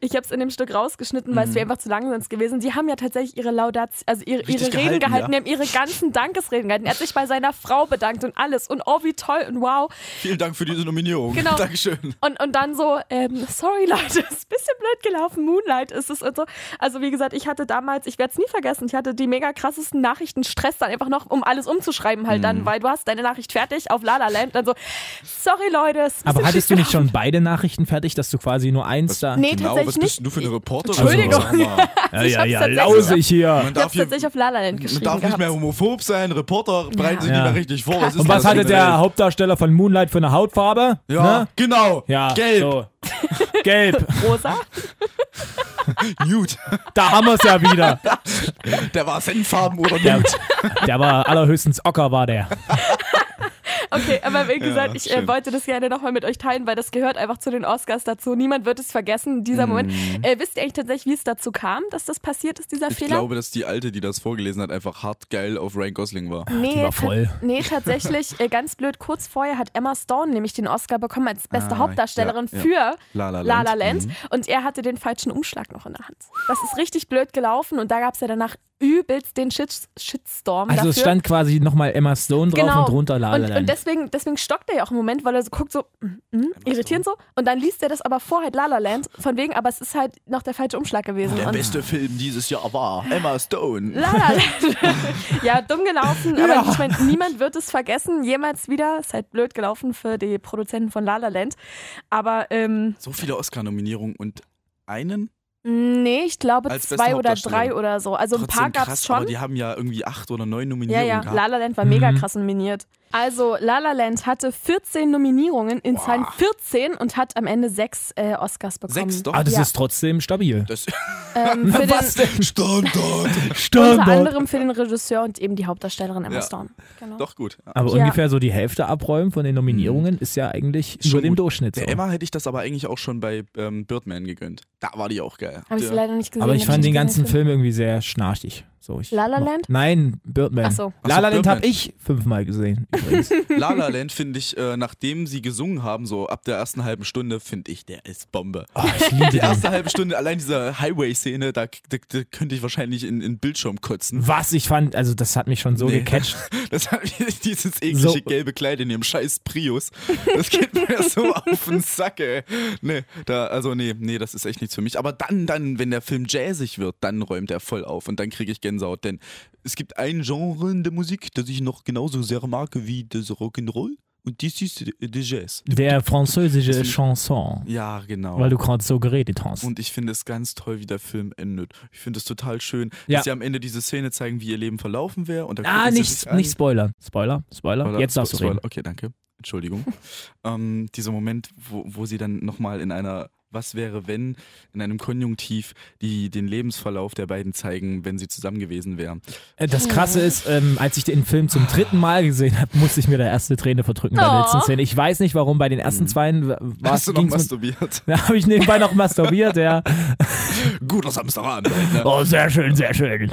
[SPEAKER 3] Ich habe es in dem Stück rausgeschnitten, weil es
[SPEAKER 2] Mhm.
[SPEAKER 3] wäre einfach zu lang sonst gewesen. Die haben ja tatsächlich ihre Laudats, also ihre, ihre
[SPEAKER 2] Richtig
[SPEAKER 3] Reden
[SPEAKER 2] gehalten,
[SPEAKER 3] gehalten,
[SPEAKER 2] ja.
[SPEAKER 3] die haben ihre ganzen Dankesreden gehalten. Er hat sich bei seiner Frau bedankt und alles und oh wie toll und wow.
[SPEAKER 2] Vielen Dank für diese Nominierung. (laughs)
[SPEAKER 3] Genau.
[SPEAKER 2] Dankeschön.
[SPEAKER 3] Und, und dann so, ähm, sorry Leute, (laughs) ist ein bisschen blöd gelaufen, Moonlight ist es und so. Also wie gesagt, ich hatte damals, ich werde es nie vergessen, ich hatte die mega krassesten Nachrichten, Stress dann einfach noch, um alles umzuschreiben halt
[SPEAKER 2] Mhm.
[SPEAKER 3] dann, weil du hast deine Nachricht fertig auf La La Land, dann so, sorry Leute, ist ein
[SPEAKER 4] Aber
[SPEAKER 3] bisschen
[SPEAKER 4] hattest du
[SPEAKER 3] schief
[SPEAKER 4] nicht schon beide Nachrichten fertig, dass du quasi nur eins da.
[SPEAKER 3] Nee, Genau, tatsächlich was bist nicht.
[SPEAKER 2] du für eine Reporterin?
[SPEAKER 3] Entschuldigung.
[SPEAKER 2] Also, sag
[SPEAKER 4] Ja,
[SPEAKER 2] mal.
[SPEAKER 4] ja, ja,
[SPEAKER 3] tatsächlich-
[SPEAKER 4] lausig hier.
[SPEAKER 2] Man
[SPEAKER 3] Ich hab's
[SPEAKER 2] darf, hier,
[SPEAKER 3] tatsächlich auf La La Land
[SPEAKER 2] man
[SPEAKER 3] geschrieben
[SPEAKER 2] darf nicht
[SPEAKER 3] gehabt.
[SPEAKER 2] mehr homophob sein. Reporter bereiten sich
[SPEAKER 4] Ja.
[SPEAKER 2] nicht mehr richtig vor. Was ist
[SPEAKER 4] Und was
[SPEAKER 2] das für
[SPEAKER 4] hatte
[SPEAKER 2] eine
[SPEAKER 4] der
[SPEAKER 2] Welt?
[SPEAKER 4] Hauptdarsteller von Moonlight für eine Hautfarbe?
[SPEAKER 2] Ja,
[SPEAKER 4] Ne?
[SPEAKER 2] genau.
[SPEAKER 4] Ja,
[SPEAKER 2] Gelb. (laughs)
[SPEAKER 4] So. Gelb.
[SPEAKER 3] Rosa?
[SPEAKER 2] Nude.
[SPEAKER 4] Da haben wir es ja wieder.
[SPEAKER 2] Der war Senfarben oder
[SPEAKER 4] Der,
[SPEAKER 2] Nude.
[SPEAKER 4] der war allerhöchstens Ocker, war der.
[SPEAKER 3] (laughs) Okay, aber wie gesagt,
[SPEAKER 4] Ja,
[SPEAKER 3] ich äh,
[SPEAKER 4] schön.
[SPEAKER 3] wollte das gerne nochmal mit euch teilen, weil das gehört einfach zu den Oscars dazu. Niemand wird es vergessen, dieser Moment. Äh, wisst ihr eigentlich tatsächlich, wie es dazu kam, dass das passiert ist, dieser
[SPEAKER 2] Ich
[SPEAKER 3] Fehler?
[SPEAKER 2] glaube, dass die Alte, die das vorgelesen hat, einfach hart geil auf Ryan Gosling war.
[SPEAKER 3] Nee, ta- nee, tatsächlich, äh, ganz blöd, kurz vorher hat Emma Stone nämlich den Oscar bekommen als beste
[SPEAKER 2] Ah,
[SPEAKER 3] Hauptdarstellerin
[SPEAKER 2] ja, ja.
[SPEAKER 3] für
[SPEAKER 2] La La
[SPEAKER 3] La
[SPEAKER 2] Land.
[SPEAKER 3] La Land.
[SPEAKER 2] Mhm.
[SPEAKER 3] Und er hatte den falschen Umschlag noch in der Hand. Das ist richtig blöd gelaufen und da gab es ja danach übelst den Shit Shitstorm
[SPEAKER 4] Also
[SPEAKER 3] dafür.
[SPEAKER 4] es stand quasi nochmal Emma Stone drauf
[SPEAKER 3] Genau.
[SPEAKER 4] und drunter La La
[SPEAKER 3] Und, und
[SPEAKER 4] Land.
[SPEAKER 3] deswegen, deswegen stockt er ja auch im Moment, weil er so guckt, so mm, mm, irritierend so. Und dann liest er das aber vor, halt La La Land, von wegen, aber es ist halt noch der falsche Umschlag gewesen.
[SPEAKER 2] Der
[SPEAKER 3] Und
[SPEAKER 2] beste Film dieses Jahr war Emma Stone.
[SPEAKER 3] La La Land. (laughs) ja, dumm gelaufen, aber ich meine, niemand wird es vergessen, jemals wieder. Ist halt blöd gelaufen für die Produzenten von La La Land. Aber ähm,
[SPEAKER 2] So viele Oscar-Nominierungen und einen?
[SPEAKER 3] nee, ich glaube
[SPEAKER 2] Als beste
[SPEAKER 3] zwei oder
[SPEAKER 2] Hauptdarstellerin.
[SPEAKER 3] drei oder so. Also ein
[SPEAKER 2] Trotzdem
[SPEAKER 3] paar gab es
[SPEAKER 2] krass,
[SPEAKER 3] schon.
[SPEAKER 2] aber die haben ja irgendwie acht oder neun
[SPEAKER 3] Ja,
[SPEAKER 2] Nominierungen
[SPEAKER 3] ja,
[SPEAKER 2] gehabt.
[SPEAKER 3] La La Land war
[SPEAKER 4] Mhm.
[SPEAKER 3] mega krass nominiert. Also, La La Land hatte 14 Nominierungen in seinen 14 und hat am Ende sechs äh, Oscars bekommen.
[SPEAKER 2] Sechs, doch.
[SPEAKER 4] Ah, das
[SPEAKER 3] ja.
[SPEAKER 4] ist trotzdem stabil.
[SPEAKER 3] (laughs)
[SPEAKER 2] Das
[SPEAKER 4] (laughs)
[SPEAKER 3] ähm, für
[SPEAKER 2] Was
[SPEAKER 3] den,
[SPEAKER 2] denn? Standard.
[SPEAKER 3] unter anderem für den Regisseur und eben die Hauptdarstellerin Emma
[SPEAKER 2] Ja.
[SPEAKER 3] Stone. Genau.
[SPEAKER 2] Doch gut.
[SPEAKER 4] Aber
[SPEAKER 3] Ja.
[SPEAKER 4] ungefähr so die Hälfte abräumen von den Nominierungen ist ja eigentlich über
[SPEAKER 2] Hm.
[SPEAKER 4] dem
[SPEAKER 2] gut.
[SPEAKER 4] Durchschnitt. So.
[SPEAKER 2] Der Emma hätte ich das aber eigentlich auch schon bei ähm, Birdman gegönnt. Da war die auch geil.
[SPEAKER 3] Habe ich
[SPEAKER 2] Ja.
[SPEAKER 3] leider nicht gesehen.
[SPEAKER 4] Aber ich
[SPEAKER 3] hab
[SPEAKER 4] fand
[SPEAKER 3] nicht
[SPEAKER 4] den
[SPEAKER 3] gesehen,
[SPEAKER 4] ganzen Film irgendwie sehr schnarchig. So, ich
[SPEAKER 3] La La Land?
[SPEAKER 4] Nein, Birdman.
[SPEAKER 3] Ach so.
[SPEAKER 2] Ach so,
[SPEAKER 4] La La Land
[SPEAKER 2] Birdman.
[SPEAKER 4] habe ich
[SPEAKER 3] (laughs)
[SPEAKER 4] fünfmal gesehen. Übrigens.
[SPEAKER 2] La La Land finde ich, äh, nachdem sie gesungen haben, so ab der ersten halben Stunde, finde ich, der ist Bombe.
[SPEAKER 4] Oh, ich liebe
[SPEAKER 2] Die
[SPEAKER 4] den.
[SPEAKER 2] erste halbe Stunde, allein diese Highway-Szene, da, da, da könnte ich wahrscheinlich in den Bildschirm kotzen.
[SPEAKER 4] Was ich fand, also das hat mich schon so
[SPEAKER 2] Nee. (laughs)
[SPEAKER 4] gecatcht.
[SPEAKER 2] Das hat mich- dieses eklige
[SPEAKER 4] So.
[SPEAKER 2] gelbe Kleid in ihrem scheiß Prius. Das geht mir (laughs) so auf den Sack, ey. Nee, da, also nee, nee, das ist echt nichts für mich. Aber dann, dann, wenn der Film jazzig wird, dann räumt er voll auf und dann kriege ich Gänsehaut. Denn es gibt ein Genre in der Musik, das ich noch genauso sehr mag wie das Rock'n'Roll. Und dies ist äh, der Jazz.
[SPEAKER 4] Der französische
[SPEAKER 2] Deswegen-
[SPEAKER 4] Chanson.
[SPEAKER 2] Ja, genau.
[SPEAKER 4] Weil du gerade so geredet hast.
[SPEAKER 2] Und ich finde es ganz toll, wie der Film endet. Ich finde es total schön,
[SPEAKER 4] Ja.
[SPEAKER 2] dass sie am Ende diese Szene zeigen, wie ihr Leben verlaufen wäre. Und dann
[SPEAKER 4] Ah,
[SPEAKER 2] gucken sie
[SPEAKER 4] nicht,
[SPEAKER 2] sich an.
[SPEAKER 4] nicht spoilern. Spoiler, Spoiler.
[SPEAKER 2] Spoiler,
[SPEAKER 4] Jetzt darfst du
[SPEAKER 2] Spoiler.
[SPEAKER 4] reden.
[SPEAKER 2] Okay, danke.
[SPEAKER 4] (laughs)
[SPEAKER 2] Entschuldigung. ähm, dieser Moment, wo, wo sie dann nochmal in einer Was wäre, wenn, in einem Konjunktiv, die den Lebensverlauf der beiden zeigen, wenn sie zusammen gewesen wären.
[SPEAKER 4] Äh, Das Krasse ist, ähm, als ich den Film zum dritten Mal gesehen habe, musste ich mir der erste Träne verdrücken bei der
[SPEAKER 3] Oh.
[SPEAKER 4] letzten Szene. Ich weiß nicht, warum bei den ersten zweien w- war
[SPEAKER 2] Hm. Hast
[SPEAKER 4] es
[SPEAKER 2] du noch
[SPEAKER 4] ging's mit-
[SPEAKER 2] masturbiert?
[SPEAKER 4] (laughs) Da habe ich nebenbei noch masturbiert, ja.
[SPEAKER 2] Guter Samstagabend. Ne?
[SPEAKER 4] Oh, sehr schön, sehr schön.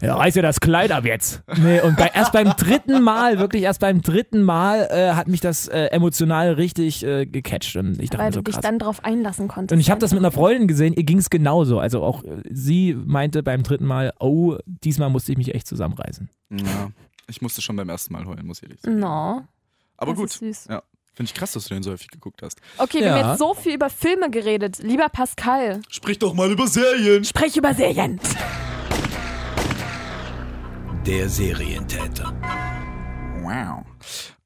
[SPEAKER 4] Ja, reiß dir das Kleid ab jetzt. Nee, und bei, erst beim dritten Mal, wirklich erst beim dritten Mal äh, hat mich das äh, emotional richtig äh, gecatcht. Und ich dachte
[SPEAKER 3] Weil
[SPEAKER 4] mir so
[SPEAKER 3] du dich
[SPEAKER 4] krass.
[SPEAKER 3] dann drauf einlassen konntest.
[SPEAKER 4] Und ich habe das mit einer Freundin gesehen, ihr ging es genauso. Also auch äh, sie meinte beim dritten Mal, oh, diesmal musste ich mich
[SPEAKER 2] (laughs)
[SPEAKER 4] echt zusammenreißen.
[SPEAKER 2] Ja, ich musste schon beim ersten Mal heulen, muss ich ehrlich sagen.
[SPEAKER 3] No.
[SPEAKER 2] Aber
[SPEAKER 3] Mm, das
[SPEAKER 2] gut.
[SPEAKER 3] ist süß.
[SPEAKER 2] Ja. Finde ich krass, dass du den so häufig geguckt hast.
[SPEAKER 3] Okay, wir
[SPEAKER 4] Ja.
[SPEAKER 3] haben jetzt so viel über Filme geredet. Lieber Pascal,
[SPEAKER 2] Sprich doch mal über Serien.
[SPEAKER 3] sprech über Serien.
[SPEAKER 13] Der Serientäter.
[SPEAKER 2] Wow.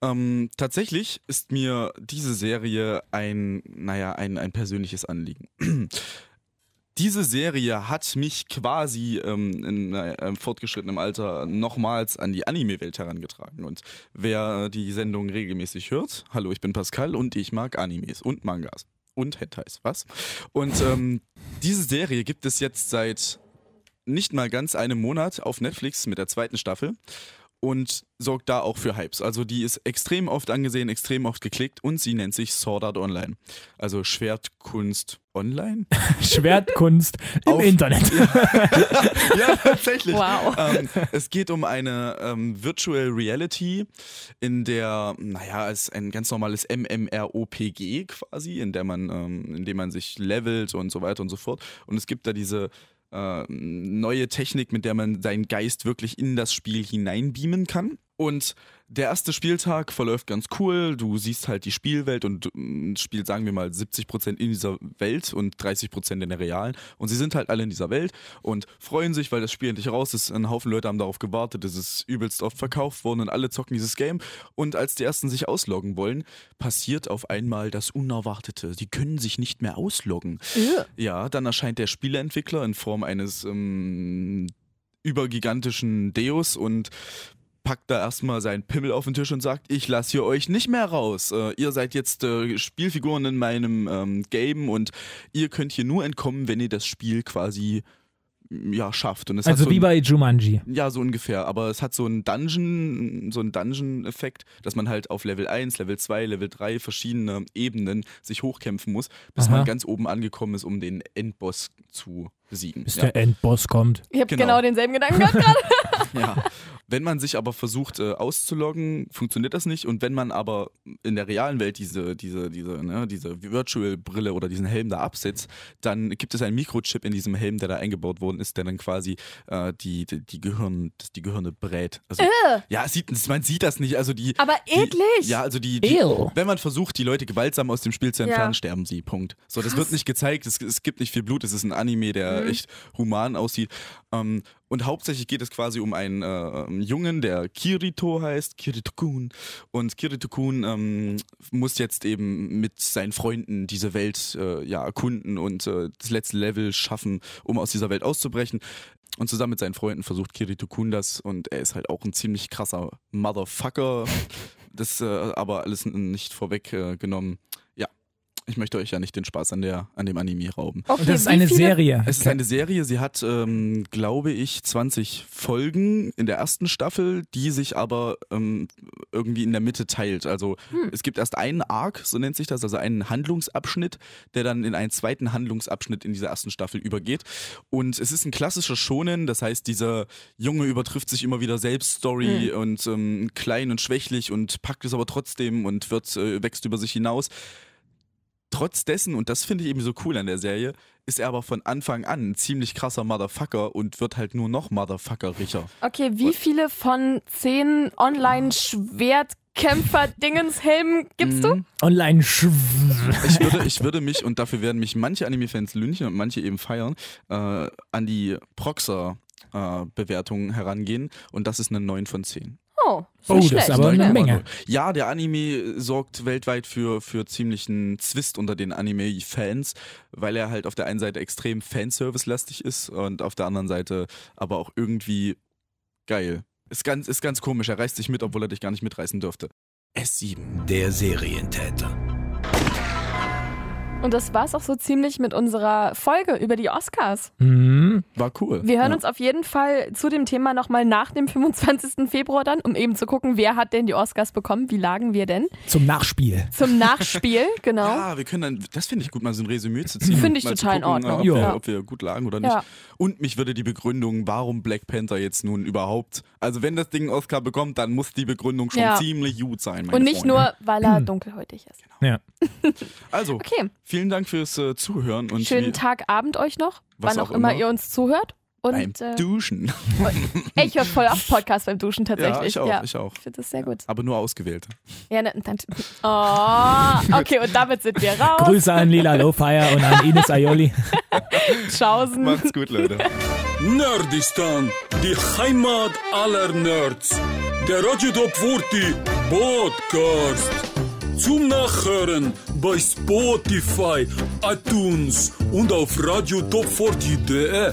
[SPEAKER 2] Ähm, tatsächlich ist mir diese Serie ein, naja, ein, ein persönliches Anliegen. (clears throat) Diese Serie hat mich quasi ähm, in äh, fortgeschrittenem Alter nochmals an die Anime-Welt herangetragen. Und wer äh, die Sendung regelmäßig hört, hallo, ich bin Pascal und ich mag Animes und Mangas und Hentais, was? Und ähm, diese Serie gibt es jetzt seit nicht mal ganz einem Monat auf Netflix mit der zweiten Staffel und sorgt da auch für Hypes. Also die ist extrem oft angesehen, extrem oft geklickt und sie nennt sich Sword Art Online. Also Schwertkunst online?
[SPEAKER 4] Schwertkunst im
[SPEAKER 2] Auf-
[SPEAKER 4] Internet.
[SPEAKER 2] ja, tatsächlich.
[SPEAKER 4] Wow.
[SPEAKER 2] Ähm, es geht um eine ähm, Virtual Reality, in der, naja, als ein ganz normales MMROPG quasi, in der man, ähm, in dem man sich levelt und so weiter und so fort. Und es gibt da diese ähm, neue Technik, mit der man seinen Geist wirklich in das Spiel hineinbeamen kann. Und der erste Spieltag verläuft ganz cool. Du siehst halt die Spielwelt und mm, spielt, sagen wir mal, 70% in dieser Welt und 30% in der realen. Und sie sind halt alle in dieser Welt und freuen sich, weil das Spiel endlich raus ist. Ein Haufen Leute haben darauf gewartet. Es ist übelst oft verkauft worden und alle zocken dieses Game. Und als die ersten sich ausloggen wollen, passiert auf einmal das Unerwartete. Sie können sich nicht mehr ausloggen. Ja, dann erscheint der Spieleentwickler in Form eines ähm, übergigantischen Deus und packt da erstmal seinen Pimmel auf den Tisch und sagt, ich lasse hier euch nicht mehr raus. Äh, ihr seid jetzt äh, Spielfiguren in meinem ähm, Game und ihr könnt hier nur entkommen, wenn ihr das Spiel quasi m, ja, schafft. Und es hat
[SPEAKER 4] also
[SPEAKER 2] so
[SPEAKER 4] wie
[SPEAKER 2] ein-
[SPEAKER 4] bei Jumanji.
[SPEAKER 2] ja, so ungefähr. Aber es hat so einen Dungeon, so einen Dungeon-Effekt, dass man halt auf Level 1, Level 2, Level 3 verschiedene Ebenen sich hochkämpfen muss, bis
[SPEAKER 4] Aha.
[SPEAKER 2] man ganz oben angekommen ist, um den Endboss zu besiegen.
[SPEAKER 4] Bis der Endboss kommt.
[SPEAKER 3] Ich habe genau. denselben Gedanken gehabt gerade.
[SPEAKER 2] Ja. (laughs) Wenn man sich aber versucht äh, auszuloggen, funktioniert das nicht. Und wenn man aber in der realen Welt diese, diese, diese, ne, diese Virtual-Brille oder diesen Helm da absetzt, dann gibt es einen Mikrochip in diesem Helm, der da eingebaut worden ist, der dann quasi äh, die, die, die, Gehirn, das- die Gehirne brät. Also,
[SPEAKER 3] Äh.
[SPEAKER 2] Ja, es sieht, man sieht das nicht. Also die,
[SPEAKER 3] Aber eklig.
[SPEAKER 2] Die, ja, also die, die
[SPEAKER 3] Ew.
[SPEAKER 2] wenn man versucht, die Leute gewaltsam aus dem Spiel zu entfernen,
[SPEAKER 3] Genau. Ja.
[SPEAKER 2] sterben sie. Punkt. So, das
[SPEAKER 3] Krass.
[SPEAKER 2] wird nicht gezeigt, es, es gibt nicht viel Blut, es ist ein Anime, der
[SPEAKER 3] Mhm.
[SPEAKER 2] echt human aussieht. Ähm, und hauptsächlich geht es quasi um einen äh, Jungen, der Kirito heißt, Kirito-kun. Und Kirito-kun ähm, muss jetzt eben mit seinen Freunden diese Welt äh, ja, erkunden und äh, das letzte Level schaffen, um aus dieser Welt auszubrechen. Und zusammen mit seinen Freunden versucht Kirito Kun das und er ist halt auch ein ziemlich krasser Motherfucker. Das äh, aber alles n- nicht vorweggenommen. Äh, genommen. ja, ich möchte euch ja nicht den Spaß an, der, an dem Anime rauben.
[SPEAKER 4] Okay, Und das ist wie eine viele- Serie.
[SPEAKER 2] Es ist eine Serie, sie hat, ähm, glaube ich, 20 Folgen in der ersten Staffel, die sich aber ähm, irgendwie in der Mitte teilt. Also
[SPEAKER 13] Hm.
[SPEAKER 2] es gibt erst einen Arc, so nennt sich das, also einen Handlungsabschnitt, der dann in einen zweiten Handlungsabschnitt in dieser ersten Staffel übergeht. Und es ist ein klassischer Schonen, das heißt, dieser Junge übertrifft sich immer wieder selbst, Story
[SPEAKER 13] Hm.
[SPEAKER 2] und ähm, klein und schwächlich und packt es aber trotzdem und wird, äh, wächst über sich hinaus trotz dessen, und das finde ich eben so cool an der Serie, ist er aber von Anfang an ein ziemlich krasser Motherfucker und wird halt nur noch Motherfuckericher.
[SPEAKER 3] Okay, wie viele von zehn Online-Schwertkämpfer-Dingens-Helmen gibst
[SPEAKER 2] Mhm.
[SPEAKER 3] du?
[SPEAKER 4] Online schw
[SPEAKER 2] Ich würde, ich würde mich, und dafür werden mich manche Anime-Fans lünchen und manche eben feiern, äh, an die Proxer-Bewertungen herangehen und das ist eine 9 von 10.
[SPEAKER 3] Oh, ist nicht schlecht. Ja.
[SPEAKER 2] 9,0. Ja, der Anime sorgt weltweit für, für ziemlichen Zwist unter den Anime-Fans, weil er halt auf der einen Seite extrem Fanservice-lastig ist und auf der anderen Seite aber auch irgendwie geil. Ist ganz, ist ganz komisch. Er reißt dich mit, obwohl er dich gar nicht mitreißen dürfte. S7.
[SPEAKER 13] Der Serientäter.
[SPEAKER 3] Und das war's auch so ziemlich mit unserer Folge über die Oscars.
[SPEAKER 4] Mhm.
[SPEAKER 2] War cool.
[SPEAKER 3] Wir hören
[SPEAKER 2] Ja.
[SPEAKER 3] uns auf jeden Fall zu dem Thema nochmal nach dem 25. Februar dann, um eben zu gucken, wer hat denn die Oscars bekommen, wie lagen wir denn?
[SPEAKER 4] Zum Nachspiel.
[SPEAKER 2] (laughs)
[SPEAKER 3] Zum Nachspiel, genau.
[SPEAKER 2] Ja, wir können dann, das finde ich gut, mal so ein Resümee zu ziehen.
[SPEAKER 3] Finde ich
[SPEAKER 2] mal
[SPEAKER 3] total in
[SPEAKER 2] zu gucken,
[SPEAKER 3] Ordnung.
[SPEAKER 2] Ob,
[SPEAKER 3] Ja.
[SPEAKER 2] wir, ob wir gut lagen oder nicht.
[SPEAKER 3] Ja.
[SPEAKER 2] Und mich würde die Begründung, warum Black Panther jetzt nun überhaupt, also wenn das Ding einen Oscar bekommt, dann muss die Begründung schon
[SPEAKER 3] Ja.
[SPEAKER 2] ziemlich gut sein. Meine
[SPEAKER 3] Und nicht
[SPEAKER 2] Freunde. Genau.
[SPEAKER 3] nur,
[SPEAKER 2] (clears throat)
[SPEAKER 3] weil er dunkelhäutig ist.
[SPEAKER 4] Ja.
[SPEAKER 2] Also,
[SPEAKER 3] Okay.
[SPEAKER 2] vielen Dank fürs äh, Zuhören und
[SPEAKER 3] Schönen
[SPEAKER 2] wir-
[SPEAKER 3] Tag, Abend euch noch,
[SPEAKER 2] Was
[SPEAKER 3] wann auch
[SPEAKER 2] auch
[SPEAKER 3] immer,
[SPEAKER 2] immer.
[SPEAKER 3] ihr uns zuhört.
[SPEAKER 2] beim
[SPEAKER 3] Und äh,
[SPEAKER 2] Duschen. (laughs)
[SPEAKER 3] ey, ich höre voll auf Podcast beim Duschen tatsächlich.
[SPEAKER 2] Ja, ich auch, ich auch.
[SPEAKER 3] finde das sehr gut.
[SPEAKER 2] Aber nur
[SPEAKER 3] (laughs)
[SPEAKER 2] ausgewählte.
[SPEAKER 3] Ja, ne, dann, oh, okay, und damit sind wir raus.
[SPEAKER 4] Grüße an Lila Lowfire und an Ines Aioli.
[SPEAKER 3] Tschaußen.
[SPEAKER 2] Macht's gut, Leute.
[SPEAKER 1] Nerdistan, die Heimat aller Nerds. Der Radio Top 40 Podcast. Zum Nachhören bei Spotify, iTunes und auf radiotop40.de.